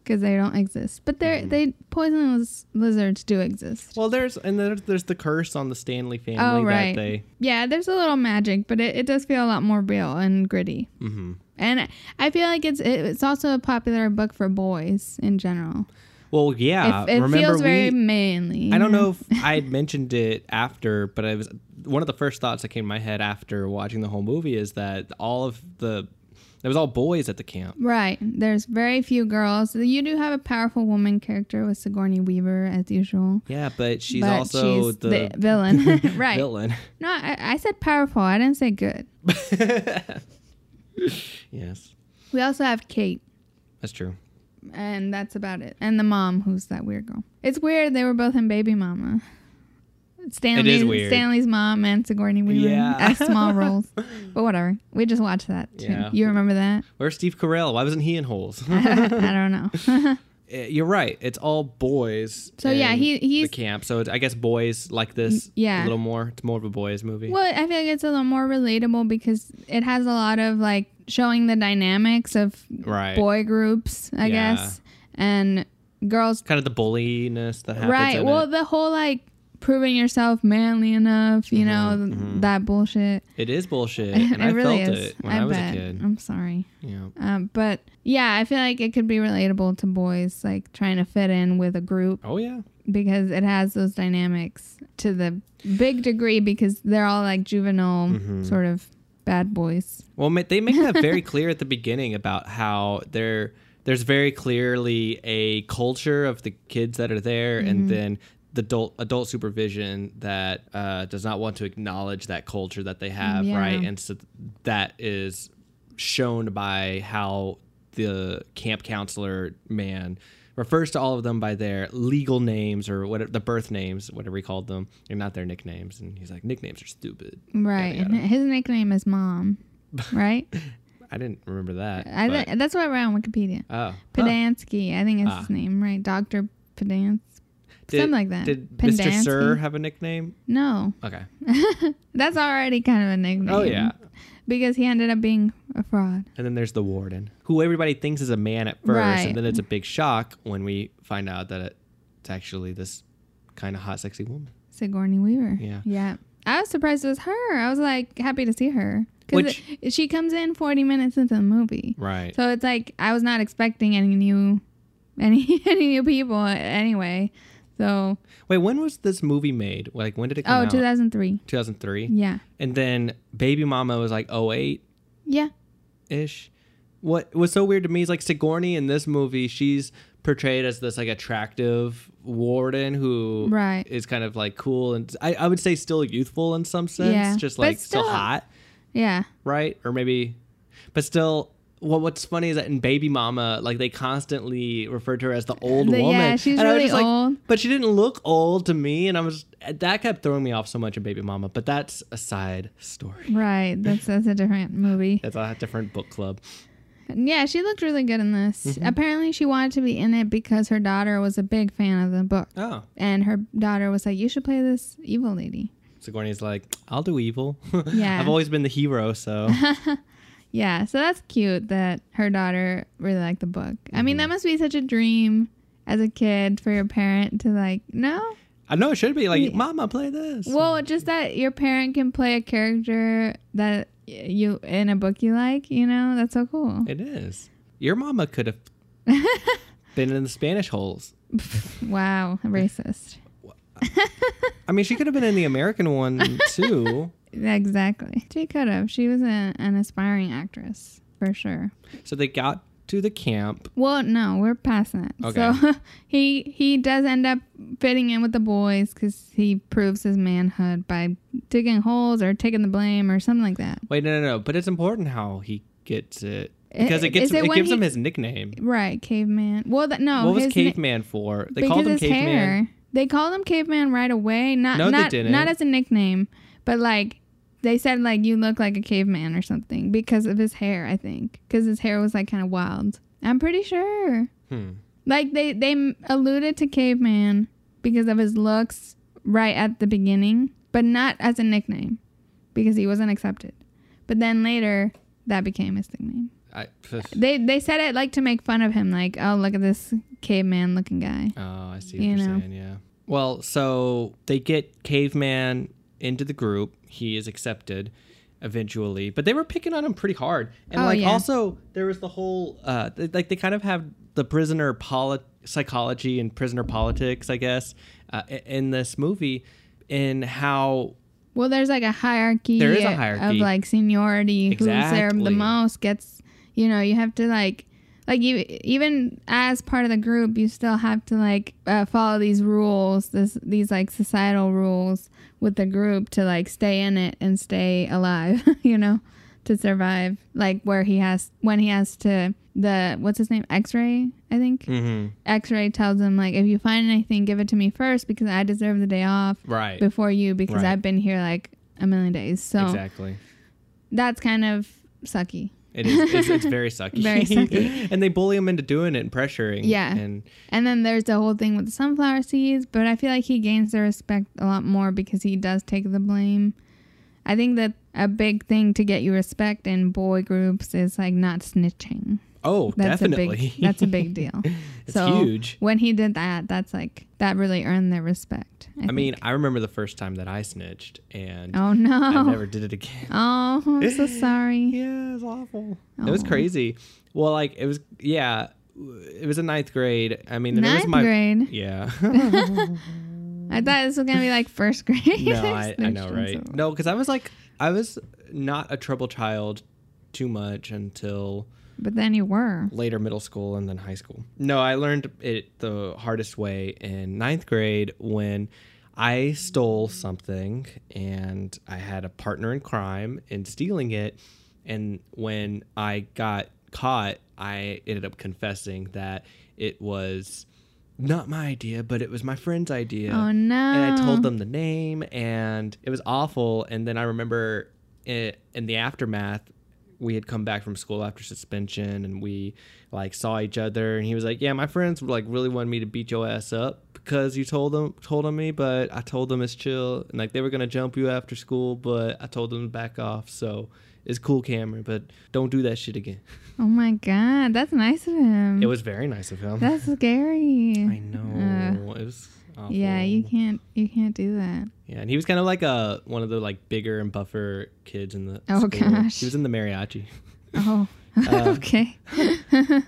Speaker 1: because they don't exist. But they are they poisonous lizards do exist.
Speaker 2: Mm-hmm. Well, there's and there's, there's the curse on the Stanley family
Speaker 1: Oh,
Speaker 2: that
Speaker 1: right.
Speaker 2: they
Speaker 1: Yeah, there's a little magic, but it, it does feel a lot more real and gritty.
Speaker 2: hmm
Speaker 1: And I- I feel like it's it, it's also a popular book for boys in general.
Speaker 2: Well, yeah.
Speaker 1: it it
Speaker 2: Uh, Remember
Speaker 1: feels very
Speaker 2: we
Speaker 1: manly.
Speaker 2: I don't know if I had mentioned it after, but I was one of the first thoughts that came to my head after watching the whole movie is that all of the it was all boys at the camp.
Speaker 1: Right. There's very few girls. You do have a powerful woman character with Sigourney Weaver, as usual.
Speaker 2: Yeah, but she's
Speaker 1: but
Speaker 2: also
Speaker 1: she's
Speaker 2: the,
Speaker 1: villain. right.
Speaker 2: villain.
Speaker 1: No, I, I said powerful. I didn't say good.
Speaker 2: yes,
Speaker 1: We also have Kate,
Speaker 2: that's true.
Speaker 1: and that's about it. And the mom, who's that weird girl. It's weird they were both in Baby Mama. Stanley,
Speaker 2: weird.
Speaker 1: Stanley's mom and Sigourney Weaver
Speaker 2: Yeah.
Speaker 1: as small roles. But whatever. We just watched that too.
Speaker 2: Yeah.
Speaker 1: You remember that?
Speaker 2: Where's Steve Carell? Why wasn't he in Holes?
Speaker 1: I don't know.
Speaker 2: Eh, You're right. It's all boys.
Speaker 1: So, yeah,
Speaker 2: in
Speaker 1: he- he's-
Speaker 2: the camp. So it's, I guess boys like this.
Speaker 1: yeah.
Speaker 2: a little more. It's more of a boys movie.
Speaker 1: Well, I feel like it's a little more relatable because it has a lot of like showing the dynamics of
Speaker 2: Right.
Speaker 1: boy groups, I
Speaker 2: Yeah.
Speaker 1: guess, and girls.
Speaker 2: Kind of the bulliness that happens.
Speaker 1: Right.
Speaker 2: in
Speaker 1: Well,
Speaker 2: it.
Speaker 1: the whole like proving yourself manly enough, you know, th- that bullshit.
Speaker 2: it is bullshit. Mm-hmm. And I
Speaker 1: it really
Speaker 2: felt
Speaker 1: is.
Speaker 2: it when
Speaker 1: I,
Speaker 2: I, was
Speaker 1: bet.
Speaker 2: a kid.
Speaker 1: I'm sorry.
Speaker 2: Yeah.
Speaker 1: Um, but yeah, I feel like it could be relatable to boys, like trying to fit in with a group
Speaker 2: Oh yeah.
Speaker 1: because it has those dynamics to the big degree because they're all like juvenile
Speaker 2: Mm-hmm.
Speaker 1: sort of bad boys.
Speaker 2: Well, ma- they make that very clear at the beginning about how there there's very clearly a culture of the kids that are there,
Speaker 1: Mm-hmm.
Speaker 2: and then the adult adult supervision that uh, does not want to acknowledge that culture that they have,
Speaker 1: Yeah.
Speaker 2: right? And so that is shown by how the camp counselor man refers to all of them by their legal names or whatever the birth names, whatever he called them, and not their nicknames. And he's like, nicknames are stupid.
Speaker 1: Right.
Speaker 2: yada,
Speaker 1: And his nickname is Mom. Right?
Speaker 2: I didn't remember that.
Speaker 1: I
Speaker 2: but-
Speaker 1: th- that's what I read on Wikipedia.
Speaker 2: Oh.
Speaker 1: Pedansky, I think is
Speaker 2: Ah.
Speaker 1: his name, right? Dr. Pedans. something like that.
Speaker 2: Did Mr.
Speaker 1: Pendansky.
Speaker 2: Sir have a nickname?
Speaker 1: No.
Speaker 2: Okay.
Speaker 1: That's already kind of a nickname.
Speaker 2: Oh yeah.
Speaker 1: Because he ended up being a fraud.
Speaker 2: And then there's the warden, who everybody thinks is a man at first,
Speaker 1: Right.
Speaker 2: and then it's a big shock when we find out that it's actually this kind of hot, sexy woman.
Speaker 1: Sigourney Weaver.
Speaker 2: Yeah.
Speaker 1: Yeah. I was surprised it was her. I was like happy to see her. Because
Speaker 2: Which-
Speaker 1: she comes in 40 minutes into the movie.
Speaker 2: Right.
Speaker 1: So it's like I was not expecting any new any any new people anyway. So
Speaker 2: Wait, when was this movie made? Like, when did it
Speaker 1: oh,
Speaker 2: come out?
Speaker 1: 2003.
Speaker 2: 2003.
Speaker 1: Yeah.
Speaker 2: And then Baby Mama was like 08
Speaker 1: Yeah.
Speaker 2: ish. What was so weird to me is like Sigourney in this movie, she's portrayed as this like attractive warden who
Speaker 1: Right.
Speaker 2: is kind of like cool and I, I would say still youthful in some sense,
Speaker 1: Yeah,
Speaker 2: just
Speaker 1: but
Speaker 2: like still,
Speaker 1: still-
Speaker 2: hot,
Speaker 1: Yeah.
Speaker 2: right? Or maybe, but still. Well, what's funny is that in Baby Mama, like they constantly refer to her as the old
Speaker 1: The- yeah,
Speaker 2: woman.
Speaker 1: she's
Speaker 2: and I was
Speaker 1: really
Speaker 2: just like,
Speaker 1: old.
Speaker 2: But she didn't look old to me, and I was that kept throwing me off so much in Baby Mama. But that's a side story.
Speaker 1: Right. That's that's a different movie.
Speaker 2: That's a different book club.
Speaker 1: Yeah, she looked really good in this.
Speaker 2: Mm-hmm.
Speaker 1: Apparently she wanted to be in it because her daughter was a big fan of the book.
Speaker 2: Oh,
Speaker 1: And her daughter was like, You should play this evil lady.
Speaker 2: Sigourney's like, I'll do evil.
Speaker 1: Yeah.
Speaker 2: I've always been the hero, so
Speaker 1: Yeah, so that's cute that her daughter really liked the book. I mean, that must be such a dream as a kid for your parent to like, no?
Speaker 2: I know it should be like, Mama, play this.
Speaker 1: Well, just that your parent can play a character that y- you in a book you like, you know? That's so cool.
Speaker 2: It is. Your mama could have Been in the Spanish holes.
Speaker 1: Wow, racist.
Speaker 2: I mean, she could have been in the American one too.
Speaker 1: Exactly. She could have. She was a, an aspiring actress for sure.
Speaker 2: So they got to the camp.
Speaker 1: Well, no, we're past that. So
Speaker 2: Okay.
Speaker 1: he he does end up fitting in with the boys because he proves his manhood by digging holes or taking the blame or something like that.
Speaker 2: Wait, no, no, no. But it's important how he gets it because it,
Speaker 1: Is
Speaker 2: gets
Speaker 1: it
Speaker 2: it,
Speaker 1: when
Speaker 2: gives
Speaker 1: he-
Speaker 2: him his nickname.
Speaker 1: Right, caveman. Well, that no.
Speaker 2: what was
Speaker 1: his na-
Speaker 2: caveman for? They
Speaker 1: because
Speaker 2: called him
Speaker 1: his
Speaker 2: caveman.
Speaker 1: hair. They called him caveman right away. Not
Speaker 2: No, they
Speaker 1: not
Speaker 2: didn't.
Speaker 1: not as a nickname, but like they said like you look like a caveman or something because of his hair. I think because his hair was like kind of wild. I'm pretty sure.
Speaker 2: Hmm.
Speaker 1: Like they they m- alluded to caveman because of his looks right at the beginning, but not as a nickname because he wasn't accepted. But then later that became his nickname.
Speaker 2: I,
Speaker 1: They they said it like to make fun of him, like oh look at this caveman looking guy.
Speaker 2: oh, I see what
Speaker 1: You
Speaker 2: you are
Speaker 1: know.
Speaker 2: saying. Yeah. Well, so they get caveman into the group. He is accepted eventually, but they were picking on him pretty hard. And
Speaker 1: Oh,
Speaker 2: like
Speaker 1: yeah.
Speaker 2: also there was the whole uh th- like they kind of have the prisoner poli- psychology and prisoner politics, I guess, uh, i- in this movie in how
Speaker 1: Well, there's like a hierarchy.
Speaker 2: There is a
Speaker 1: of
Speaker 2: hierarchy.
Speaker 1: like seniority. Who's there the
Speaker 2: Exactly.
Speaker 1: most gets. You know, you have to like, like you even as part of the group, you still have to like uh, follow these rules, this these like societal rules with the group to like stay in it and stay alive. you know, to survive. Like where he has when he has to the what's his name X-ray I think
Speaker 2: Mm-hmm.
Speaker 1: X-ray tells him like if you find anything, give it to me first because I deserve the day off
Speaker 2: right
Speaker 1: before you because
Speaker 2: Right.
Speaker 1: I've been here like a million days. So
Speaker 2: exactly.
Speaker 1: that's kind of sucky.
Speaker 2: It is. It's, it's very sucky.
Speaker 1: Very sucky.
Speaker 2: and they bully him into doing it and pressuring.
Speaker 1: Yeah.
Speaker 2: And
Speaker 1: And then there's the whole thing with the sunflower seeds, but I feel like he gains their respect a lot more because he does take the blame. I think that a big thing to get you respect in boy groups is like not snitching.
Speaker 2: oh,
Speaker 1: That's
Speaker 2: definitely.
Speaker 1: a big that's a big deal.
Speaker 2: It's
Speaker 1: so
Speaker 2: huge.
Speaker 1: When he did that, that's like that really earned their respect. I,
Speaker 2: I
Speaker 1: think.
Speaker 2: mean, I remember the first time that I snitched, and
Speaker 1: oh
Speaker 2: I
Speaker 1: no.
Speaker 2: never did it again.
Speaker 1: oh, I'm so sorry.
Speaker 2: Yeah, it was awful. It was
Speaker 1: Oh.
Speaker 2: crazy. Well, like it was. Yeah, it was in ninth grade. I mean, it
Speaker 1: Ninth
Speaker 2: was my.
Speaker 1: grade.
Speaker 2: Yeah.
Speaker 1: I thought this was gonna be like first grade.
Speaker 2: no, I, I know,
Speaker 1: Snitching,
Speaker 2: right?
Speaker 1: so-
Speaker 2: No, because I was like, I was not a trouble child too much until
Speaker 1: But then you were.
Speaker 2: later middle school and then high school. Mm-hmm. No, I learned it the hardest way in ninth grade when I stole something and I had a partner in crime in stealing it. And when I got caught, I ended up confessing that it was not my idea, but it was my friend's idea
Speaker 1: Oh no.
Speaker 2: and I told them the name, and it was awful. And then I remember it, in the aftermath, we had come back from school after suspension, and we like saw each other, and he was like, "Yeah, my friends like really wanted me to beat your ass up because you told them told on me, but I told them it's chill, and like they were gonna jump you after school, but I told them to back off, so." It's cool, Cameron, but don't do that shit again.
Speaker 1: Oh my god, that's nice of him.
Speaker 2: It was very nice of him.
Speaker 1: Hmm. that's scary. Uh,
Speaker 2: I know. it was awful.
Speaker 1: Yeah, you can't you can't do that.
Speaker 2: Yeah, and he was kind of like a one of the like bigger and buffer kids in the.
Speaker 1: Oh,
Speaker 2: school.
Speaker 1: gosh.
Speaker 2: he was in the mariachi.
Speaker 1: Oh,
Speaker 2: Um,
Speaker 1: okay.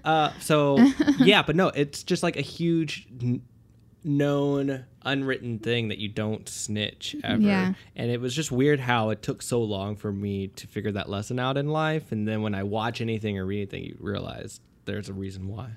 Speaker 2: Uh, so yeah, but no, it's just like a huge, n- known, unwritten thing that you don't snitch ever.
Speaker 1: Yeah.
Speaker 2: And it was just weird how it took so long for me to figure that lesson out in life, and then when I watch anything or read anything, you realize there's a reason why.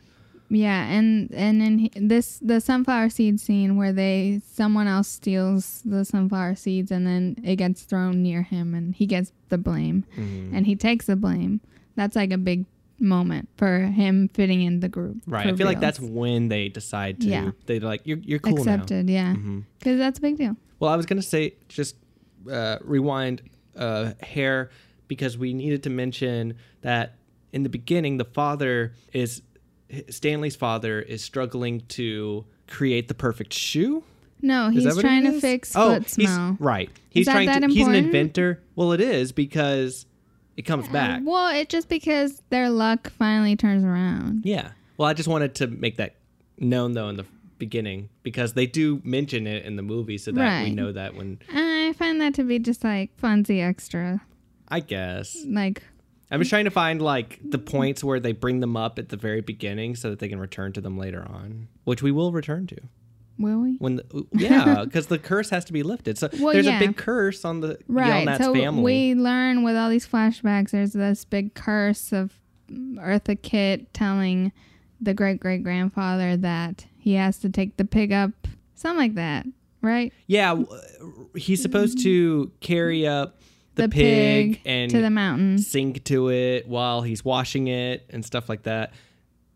Speaker 1: yeah, and and then he- this the sunflower seed scene where they someone else steals the sunflower seeds and then it gets thrown near him and he gets the blame
Speaker 2: Mm-hmm.
Speaker 1: and he takes the blame. That's like a big moment for him fitting in the group.
Speaker 2: Right. I
Speaker 1: for
Speaker 2: feel like that's
Speaker 1: reals.
Speaker 2: when they decide to.
Speaker 1: Yeah.
Speaker 2: They like you're you're cool now. Mm-hmm.
Speaker 1: accepted. Yeah, because that's a big deal.
Speaker 2: Well, I was gonna say just uh, rewind uh, hair because we needed to mention that in the beginning, the father is Stanley's father is struggling to create the perfect shoe.
Speaker 1: No,
Speaker 2: Is that
Speaker 1: he's
Speaker 2: what it
Speaker 1: trying to
Speaker 2: is?
Speaker 1: fix
Speaker 2: oh,
Speaker 1: foot smell.
Speaker 2: He's, right. He's
Speaker 1: that
Speaker 2: trying
Speaker 1: that
Speaker 2: to. He's an
Speaker 1: important?
Speaker 2: inventor. Well, it is because it comes back.
Speaker 1: Well, it's just because their luck finally turns around.
Speaker 2: Yeah. Well, I just wanted to make that known though in the beginning because they do mention it in the movie, so that we
Speaker 1: Right.
Speaker 2: know that when
Speaker 1: I find that to be just like funsy extra.
Speaker 2: I guess
Speaker 1: Like
Speaker 2: I'm just trying to find like the points where they bring them up at the very beginning so that they can return to them later on, which we will return to
Speaker 1: Will we?
Speaker 2: when the, yeah, because the curse has to be lifted. So
Speaker 1: Well,
Speaker 2: there's
Speaker 1: yeah.
Speaker 2: a big curse on the
Speaker 1: Right.
Speaker 2: Yelnats
Speaker 1: so
Speaker 2: family.
Speaker 1: we learn with all these flashbacks, there's this big curse of Eartha Kitt telling the great great grandfather that he has to take the pig up, something like that, right?
Speaker 2: yeah, w- he's supposed to carry up the, pig, and
Speaker 1: to the mountain.
Speaker 2: sing to it while he's washing it and stuff like that,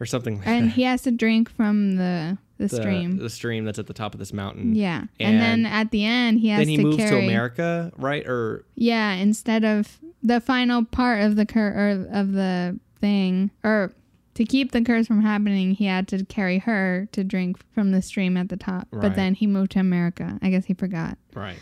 Speaker 2: or something like
Speaker 1: and
Speaker 2: that.
Speaker 1: he has to drink from the the,
Speaker 2: The-
Speaker 1: stream.
Speaker 2: the stream that's at the top of this mountain.
Speaker 1: yeah. And,
Speaker 2: and
Speaker 1: then at the end he has
Speaker 2: Then he
Speaker 1: to
Speaker 2: moves
Speaker 1: carry
Speaker 2: to America, right? Or
Speaker 1: Yeah, instead of the final part of the cur or of the thing or to keep the curse from happening, he had to carry her to drink from the stream at the top.
Speaker 2: Right.
Speaker 1: But then he moved to America. I guess he forgot.
Speaker 2: right.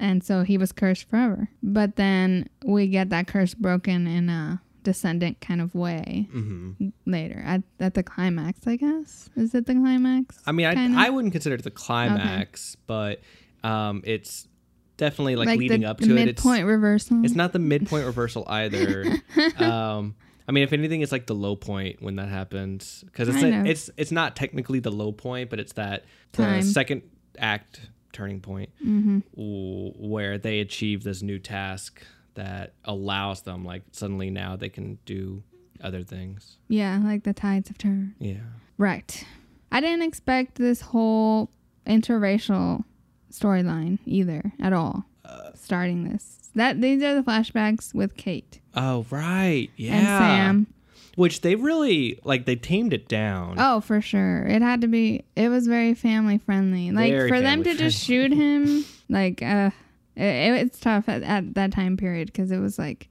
Speaker 1: And so he was cursed forever. But then we get that curse broken in a descendant kind of way
Speaker 2: hmm
Speaker 1: later at, at the climax, I guess. Is it the climax?
Speaker 2: I mean,
Speaker 1: Kinda.
Speaker 2: I, I wouldn't consider it the climax, but um, it's definitely like, leading
Speaker 1: the,
Speaker 2: up
Speaker 1: the
Speaker 2: to it. It's
Speaker 1: midpoint reversal.
Speaker 2: it's not the midpoint reversal either. um, I mean, if anything, it's like the low point when that happens because it's
Speaker 1: I
Speaker 2: a-
Speaker 1: know.
Speaker 2: it's it's not technically the low point, but it's that the
Speaker 1: Time.
Speaker 2: second act turning point
Speaker 1: hmm
Speaker 2: w- where they achieve this new task that allows them like suddenly now they can do other things.
Speaker 1: Yeah, like the tides of terror.
Speaker 2: Yeah.
Speaker 1: Right. I didn't expect this whole interracial storyline either at all.
Speaker 2: Uh,
Speaker 1: starting this. That these are the flashbacks with Kate
Speaker 2: Oh right, yeah.
Speaker 1: and Sam.
Speaker 2: Which they really like. They tamed it down.
Speaker 1: Oh, for sure. It had to be it was very family friendly. Like
Speaker 2: Very
Speaker 1: for them to
Speaker 2: family
Speaker 1: just shoot him like uh it, it's tough at, at that time period because it was like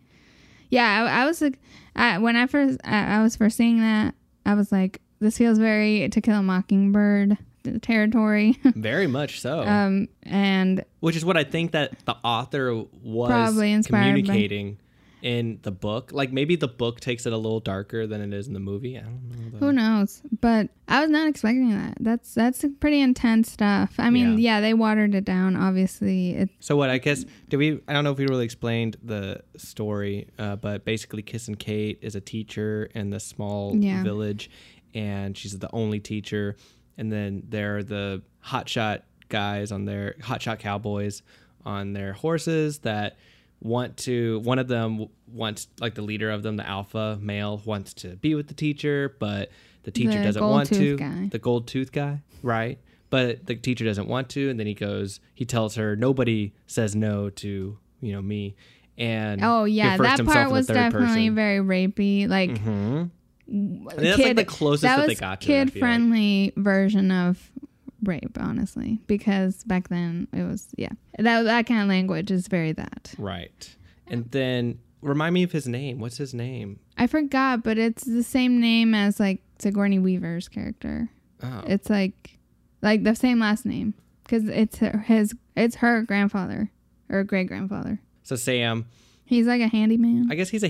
Speaker 1: yeah i, I was like I, when i first I, I was first seeing that i was like this feels very to kill a mockingbird territory
Speaker 2: Very much so.
Speaker 1: um and
Speaker 2: which is what I think that the author was
Speaker 1: Probably inspired by-
Speaker 2: communicating in the book. Like maybe the book takes it a little darker than it is in the movie. I don't
Speaker 1: who
Speaker 2: know. though.
Speaker 1: knows but i was not expecting that that's that's pretty intense stuff i mean yeah, they watered it down obviously it
Speaker 2: So what I guess did we? I don't know if we really explained the story, uh, but basically, Kiss and Kate is a teacher in this small
Speaker 1: Yeah.
Speaker 2: village, and she's the only teacher. And then there are the hotshot guys on their hotshot cowboys on their horses that want to. One of them wants, like the leader of them, the alpha male, wants to be with the teacher, but the teacher
Speaker 1: The
Speaker 2: doesn't
Speaker 1: gold
Speaker 2: want
Speaker 1: tooth
Speaker 2: to.
Speaker 1: guy.
Speaker 2: The gold tooth guy, right? But the teacher doesn't want to, and then he goes. He tells her nobody says no to you know me, and
Speaker 1: oh yeah
Speaker 2: refers
Speaker 1: that
Speaker 2: to himself in
Speaker 1: part
Speaker 2: the
Speaker 1: was
Speaker 2: third
Speaker 1: definitely
Speaker 2: person.
Speaker 1: very rapey like
Speaker 2: Mhm.
Speaker 1: kid,
Speaker 2: that's, like, the closest that they
Speaker 1: was
Speaker 2: got to it, I feel like.
Speaker 1: kid friendly version of rape honestly because back then it was yeah that, that kind of language is very that
Speaker 2: right. And then remind me of his name. What's his name?
Speaker 1: i forgot but it's the same name as like sigourney weaver's character
Speaker 2: Oh,
Speaker 1: it's like like the same last name because it's her, his it's her grandfather or great grandfather
Speaker 2: so Sam.
Speaker 1: he's like a handyman
Speaker 2: I guess he's a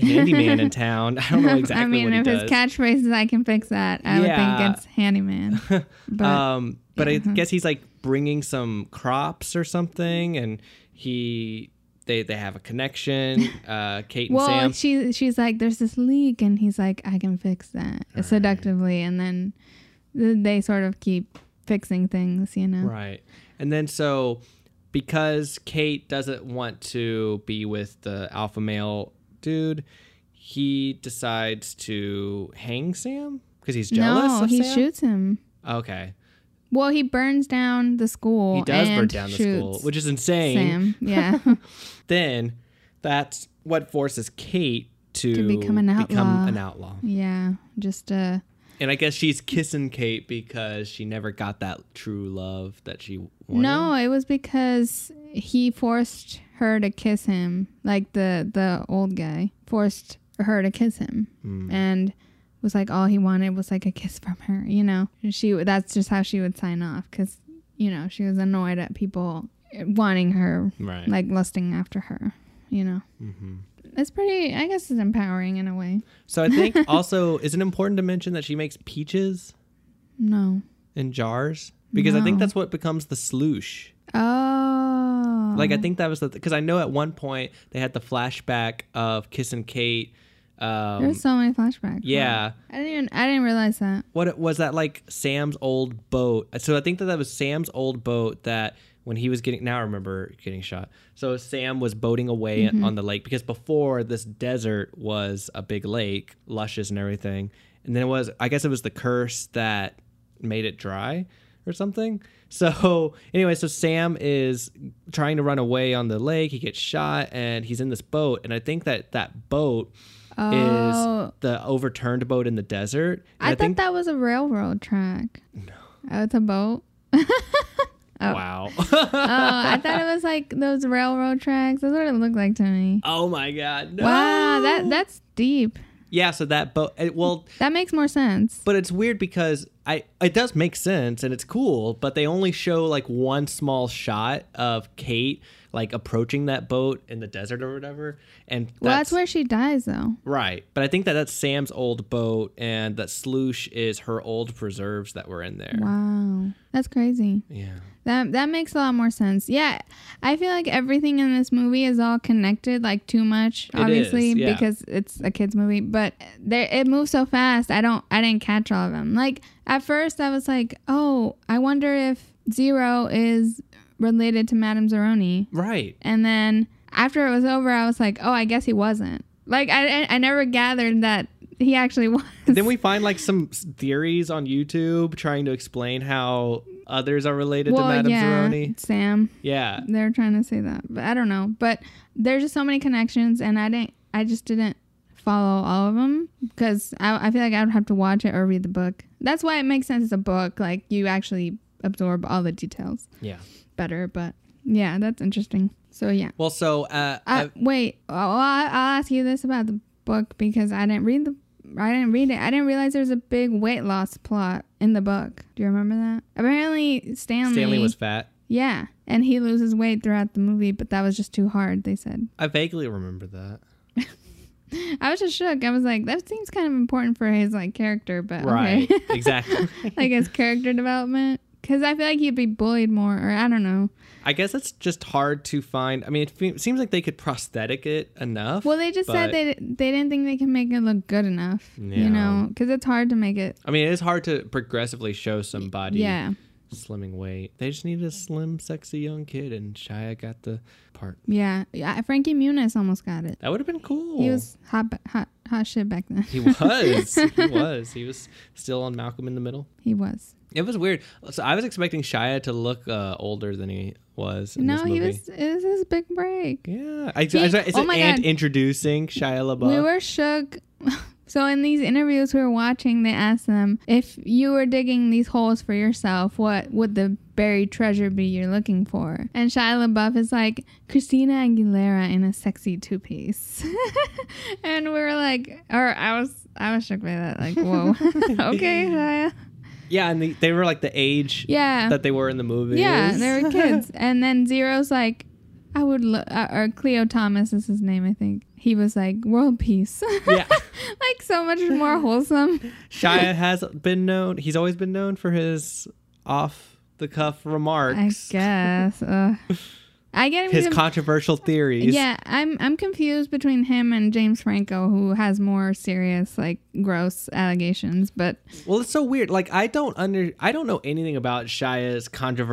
Speaker 2: handyman in town. I don't know exactly
Speaker 1: I mean,
Speaker 2: what he
Speaker 1: if
Speaker 2: does.
Speaker 1: his catchphrase is "I can fix that," I
Speaker 2: Yeah. Uh,
Speaker 1: would think it's handyman. But
Speaker 2: um, but I
Speaker 1: yeah.
Speaker 2: guess he's like bringing some crops or something, and he they they have a connection. Uh, Kate and
Speaker 1: well,
Speaker 2: Sam.
Speaker 1: she she's like, "There's this leak," and he's like, "I can fix that," seductively, and then th- they sort of keep fixing things, you know.
Speaker 2: Right. And then so because Kate doesn't want to be with the alpha male dude, he decides to hang Sam because he's jealous.
Speaker 1: no,
Speaker 2: of
Speaker 1: he
Speaker 2: Sam?
Speaker 1: shoots him.
Speaker 2: Okay,
Speaker 1: Well, he burns down the school.
Speaker 2: he does burn
Speaker 1: and
Speaker 2: down the
Speaker 1: shoots
Speaker 2: school, which is insane.
Speaker 1: Sam, yeah,
Speaker 2: Then that's what forces Kate to,
Speaker 1: To become an
Speaker 2: become
Speaker 1: outlaw.
Speaker 2: an outlaw.
Speaker 1: yeah, just uh,
Speaker 2: And I guess she's kissing Kate because she never got that true love that she wanted.
Speaker 1: No, it was because he forced her to kiss him, like the the old guy forced her to kiss him,
Speaker 2: Hmm.
Speaker 1: and was like all he wanted was like a kiss from her. You know, she that's just how she would sign off because you know she was annoyed at people wanting her,
Speaker 2: Right. Mm-hmm.
Speaker 1: like lusting after her. You know, it's pretty. I guess it's empowering in a way.
Speaker 2: so I think also is it important to mention that she makes peaches?
Speaker 1: No.
Speaker 2: in jars because I think
Speaker 1: No.
Speaker 2: that's what becomes the sloosh.
Speaker 1: Oh.
Speaker 2: Like I think that was the because I know at one point they had the flashback of Kiss and Kate. Um,
Speaker 1: There's so many flashbacks.
Speaker 2: yeah.
Speaker 1: Wow. I didn't even I didn't realize that.
Speaker 2: what it- was that like Sam's old boat? So I think that that was Sam's old boat that when he was getting now I remember getting shot. So Sam was boating away
Speaker 1: Mm-hmm.
Speaker 2: on the lake because before this desert was a big lake, luscious and everything. And then it was I guess it was the curse that made it dry or something. So anyway, so Sam is trying to run away on the lake. He gets shot and he's in this boat and I think that that boat
Speaker 1: Oh.
Speaker 2: is the overturned boat in the desert. And
Speaker 1: I, thought that was a railroad track. No. Oh, it's a boat.
Speaker 2: Wow.
Speaker 1: Oh, I thought it was like those railroad tracks. That's what it looked like to me.
Speaker 2: oh my god. No.
Speaker 1: Wow, that that's deep.
Speaker 2: Yeah, so that boat it, well,
Speaker 1: That makes more sense.
Speaker 2: but it's weird because I it does make sense and it's cool, but they only show like one small shot of Kate like approaching that boat in the desert or whatever. And that's,
Speaker 1: well, that's where she dies though.
Speaker 2: right. But I think that that's Sam's old boat and that Sloosh is her old preserves that were in there.
Speaker 1: Wow. That's crazy.
Speaker 2: Yeah.
Speaker 1: That that makes a lot more sense. Yeah, I feel like everything in this movie is all connected, like too much, obviously,
Speaker 2: is, yeah.
Speaker 1: because it's a kids movie. But there, it moves so fast. I don't, I didn't catch all of them. Like at first, I was like, oh, I wonder if Zero is related to Madame Zeroni.
Speaker 2: Right.
Speaker 1: And then after it was over, I was like, oh, I guess he wasn't. Like I, I- I never gathered that he actually was.
Speaker 2: then we find like some s- theories on YouTube trying to explain how others are related to Madame Zeroni.
Speaker 1: Sam.
Speaker 2: Yeah.
Speaker 1: they're trying to say that but i don't know but there's just so many connections and i didn't i just didn't follow all of them because I, I feel like i would have to watch it or read the book that's why it makes sense as a book like you actually absorb all the details
Speaker 2: Yeah.
Speaker 1: better but yeah that's interesting so yeah
Speaker 2: Well, so uh,
Speaker 1: uh,
Speaker 2: uh,
Speaker 1: wait oh, I, i'll ask you this about the book because i didn't read the I didn't read it. I didn't realize there was a big weight loss plot in the book. Do you remember that? Apparently, Stanley,
Speaker 2: Stanley was fat.
Speaker 1: yeah, and he loses weight throughout the movie, but that was just too hard, they said.
Speaker 2: I vaguely remember that.
Speaker 1: I was just shook. I was like, that seems kind of important for his like character, but
Speaker 2: Right.
Speaker 1: okay.
Speaker 2: exactly.
Speaker 1: like his character development cuz I feel like he'd be bullied more or I don't know.
Speaker 2: I guess it's just hard to find. I mean, it fe- seems like they could prosthetic it enough.
Speaker 1: Well, they just said
Speaker 2: But-
Speaker 1: they they didn't think they can make it look good enough,
Speaker 2: Yeah.
Speaker 1: you know, cuz it's hard to make it.
Speaker 2: I mean, it is hard to progressively show somebody
Speaker 1: Yeah.
Speaker 2: slimming weight. They just need a slim, sexy young kid, and Shia got the part.
Speaker 1: Yeah. Yeah, Frankie Muniz almost got it.
Speaker 2: That would have been cool.
Speaker 1: He was hot ba- hot hot shit back then.
Speaker 2: Oh. He was. he was. He was still on Malcolm in the Middle.
Speaker 1: he was.
Speaker 2: It was weird. So I was expecting Shia to look uh, older than he was. In this
Speaker 1: No,
Speaker 2: movie.
Speaker 1: he was it was his big break.
Speaker 2: Yeah. I,
Speaker 1: He-
Speaker 2: I, it's
Speaker 1: oh my
Speaker 2: and
Speaker 1: God.
Speaker 2: introducing Shia LaBeouf.
Speaker 1: We were shook. So in these interviews we were watching, they asked them if you were digging these holes for yourself, what would the buried treasure be you're looking for? And Shia LaBeouf is like Christina Aguilera in a sexy two piece, and we were like, or I was, I was shook by that. Like, whoa, okay, Shia.
Speaker 2: yeah, and the, they were like the age
Speaker 1: yeah,
Speaker 2: that they were in the movie.
Speaker 1: yeah, they were kids. and then Zero's like, I would, lo- uh, or Cleo Thomas is his name, I think. He was like, world peace.
Speaker 2: yeah.
Speaker 1: like so much more wholesome.
Speaker 2: Shia has been known. He's always been known for his off the cuff
Speaker 1: I
Speaker 2: remarks,
Speaker 1: guess. Ugh. I get him.
Speaker 2: his
Speaker 1: com-
Speaker 2: controversial theories.
Speaker 1: yeah, I'm I'm confused between him and James Franco, who has more serious, like, gross allegations. But
Speaker 2: Well, it's so weird. Like I don't under. I don't know anything about Shia's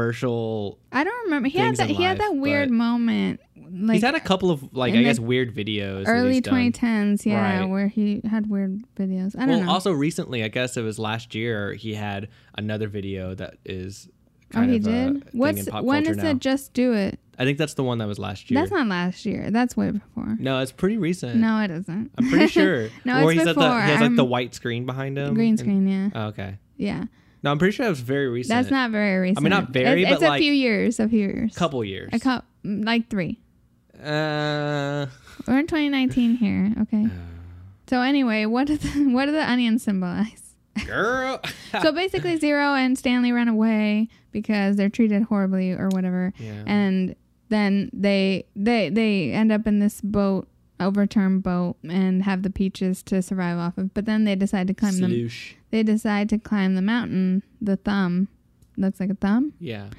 Speaker 2: controversial.
Speaker 1: I don't remember. He had
Speaker 2: Things in
Speaker 1: that. He had
Speaker 2: life,
Speaker 1: that weird
Speaker 2: but-
Speaker 1: moment, like
Speaker 2: he's had a couple of like
Speaker 1: in
Speaker 2: I
Speaker 1: the
Speaker 2: guess weird videos. that
Speaker 1: early
Speaker 2: he's done.
Speaker 1: 2010s. Yeah,
Speaker 2: Right.
Speaker 1: where he had weird videos. I don't
Speaker 2: Well,
Speaker 1: know.
Speaker 2: also recently, I guess it was last year. He had another video that is
Speaker 1: oh,
Speaker 2: kind
Speaker 1: he
Speaker 2: of a
Speaker 1: did.
Speaker 2: thing in
Speaker 1: What's
Speaker 2: pop
Speaker 1: when
Speaker 2: culture
Speaker 1: is
Speaker 2: now.
Speaker 1: it? Just do it.
Speaker 2: I think that's the one that was last year.
Speaker 1: That's not last year. That's way before.
Speaker 2: no, it's pretty recent.
Speaker 1: No, it isn't.
Speaker 2: I'm pretty sure. um,
Speaker 1: No,
Speaker 2: Or
Speaker 1: it's
Speaker 2: he's at the,
Speaker 1: before.
Speaker 2: he has like the
Speaker 1: I'm-
Speaker 2: white screen behind him.
Speaker 1: Green
Speaker 2: and-
Speaker 1: screen. Yeah.
Speaker 2: Oh, okay.
Speaker 1: Yeah.
Speaker 2: No, I'm pretty sure that was very recent.
Speaker 1: That's not very recent.
Speaker 2: not very,
Speaker 1: It's,
Speaker 2: but,
Speaker 1: it's a
Speaker 2: like,
Speaker 1: few years. A few years.
Speaker 2: a couple years.
Speaker 1: A couple, like three.
Speaker 2: uh,
Speaker 1: We're in 2019 here. Okay. So anyway, what did the, what do the onions symbolize?
Speaker 2: girl.
Speaker 1: so basically, Zero and Stanley run away because they're treated horribly or whatever,
Speaker 2: yeah.
Speaker 1: and then they they they end up in this boat, overturned boat, and have the peaches to survive off of. But then they decide to climb them.
Speaker 2: Sloosh.
Speaker 1: They decide to climb the mountain. The thumb looks like a thumb.
Speaker 2: Yeah.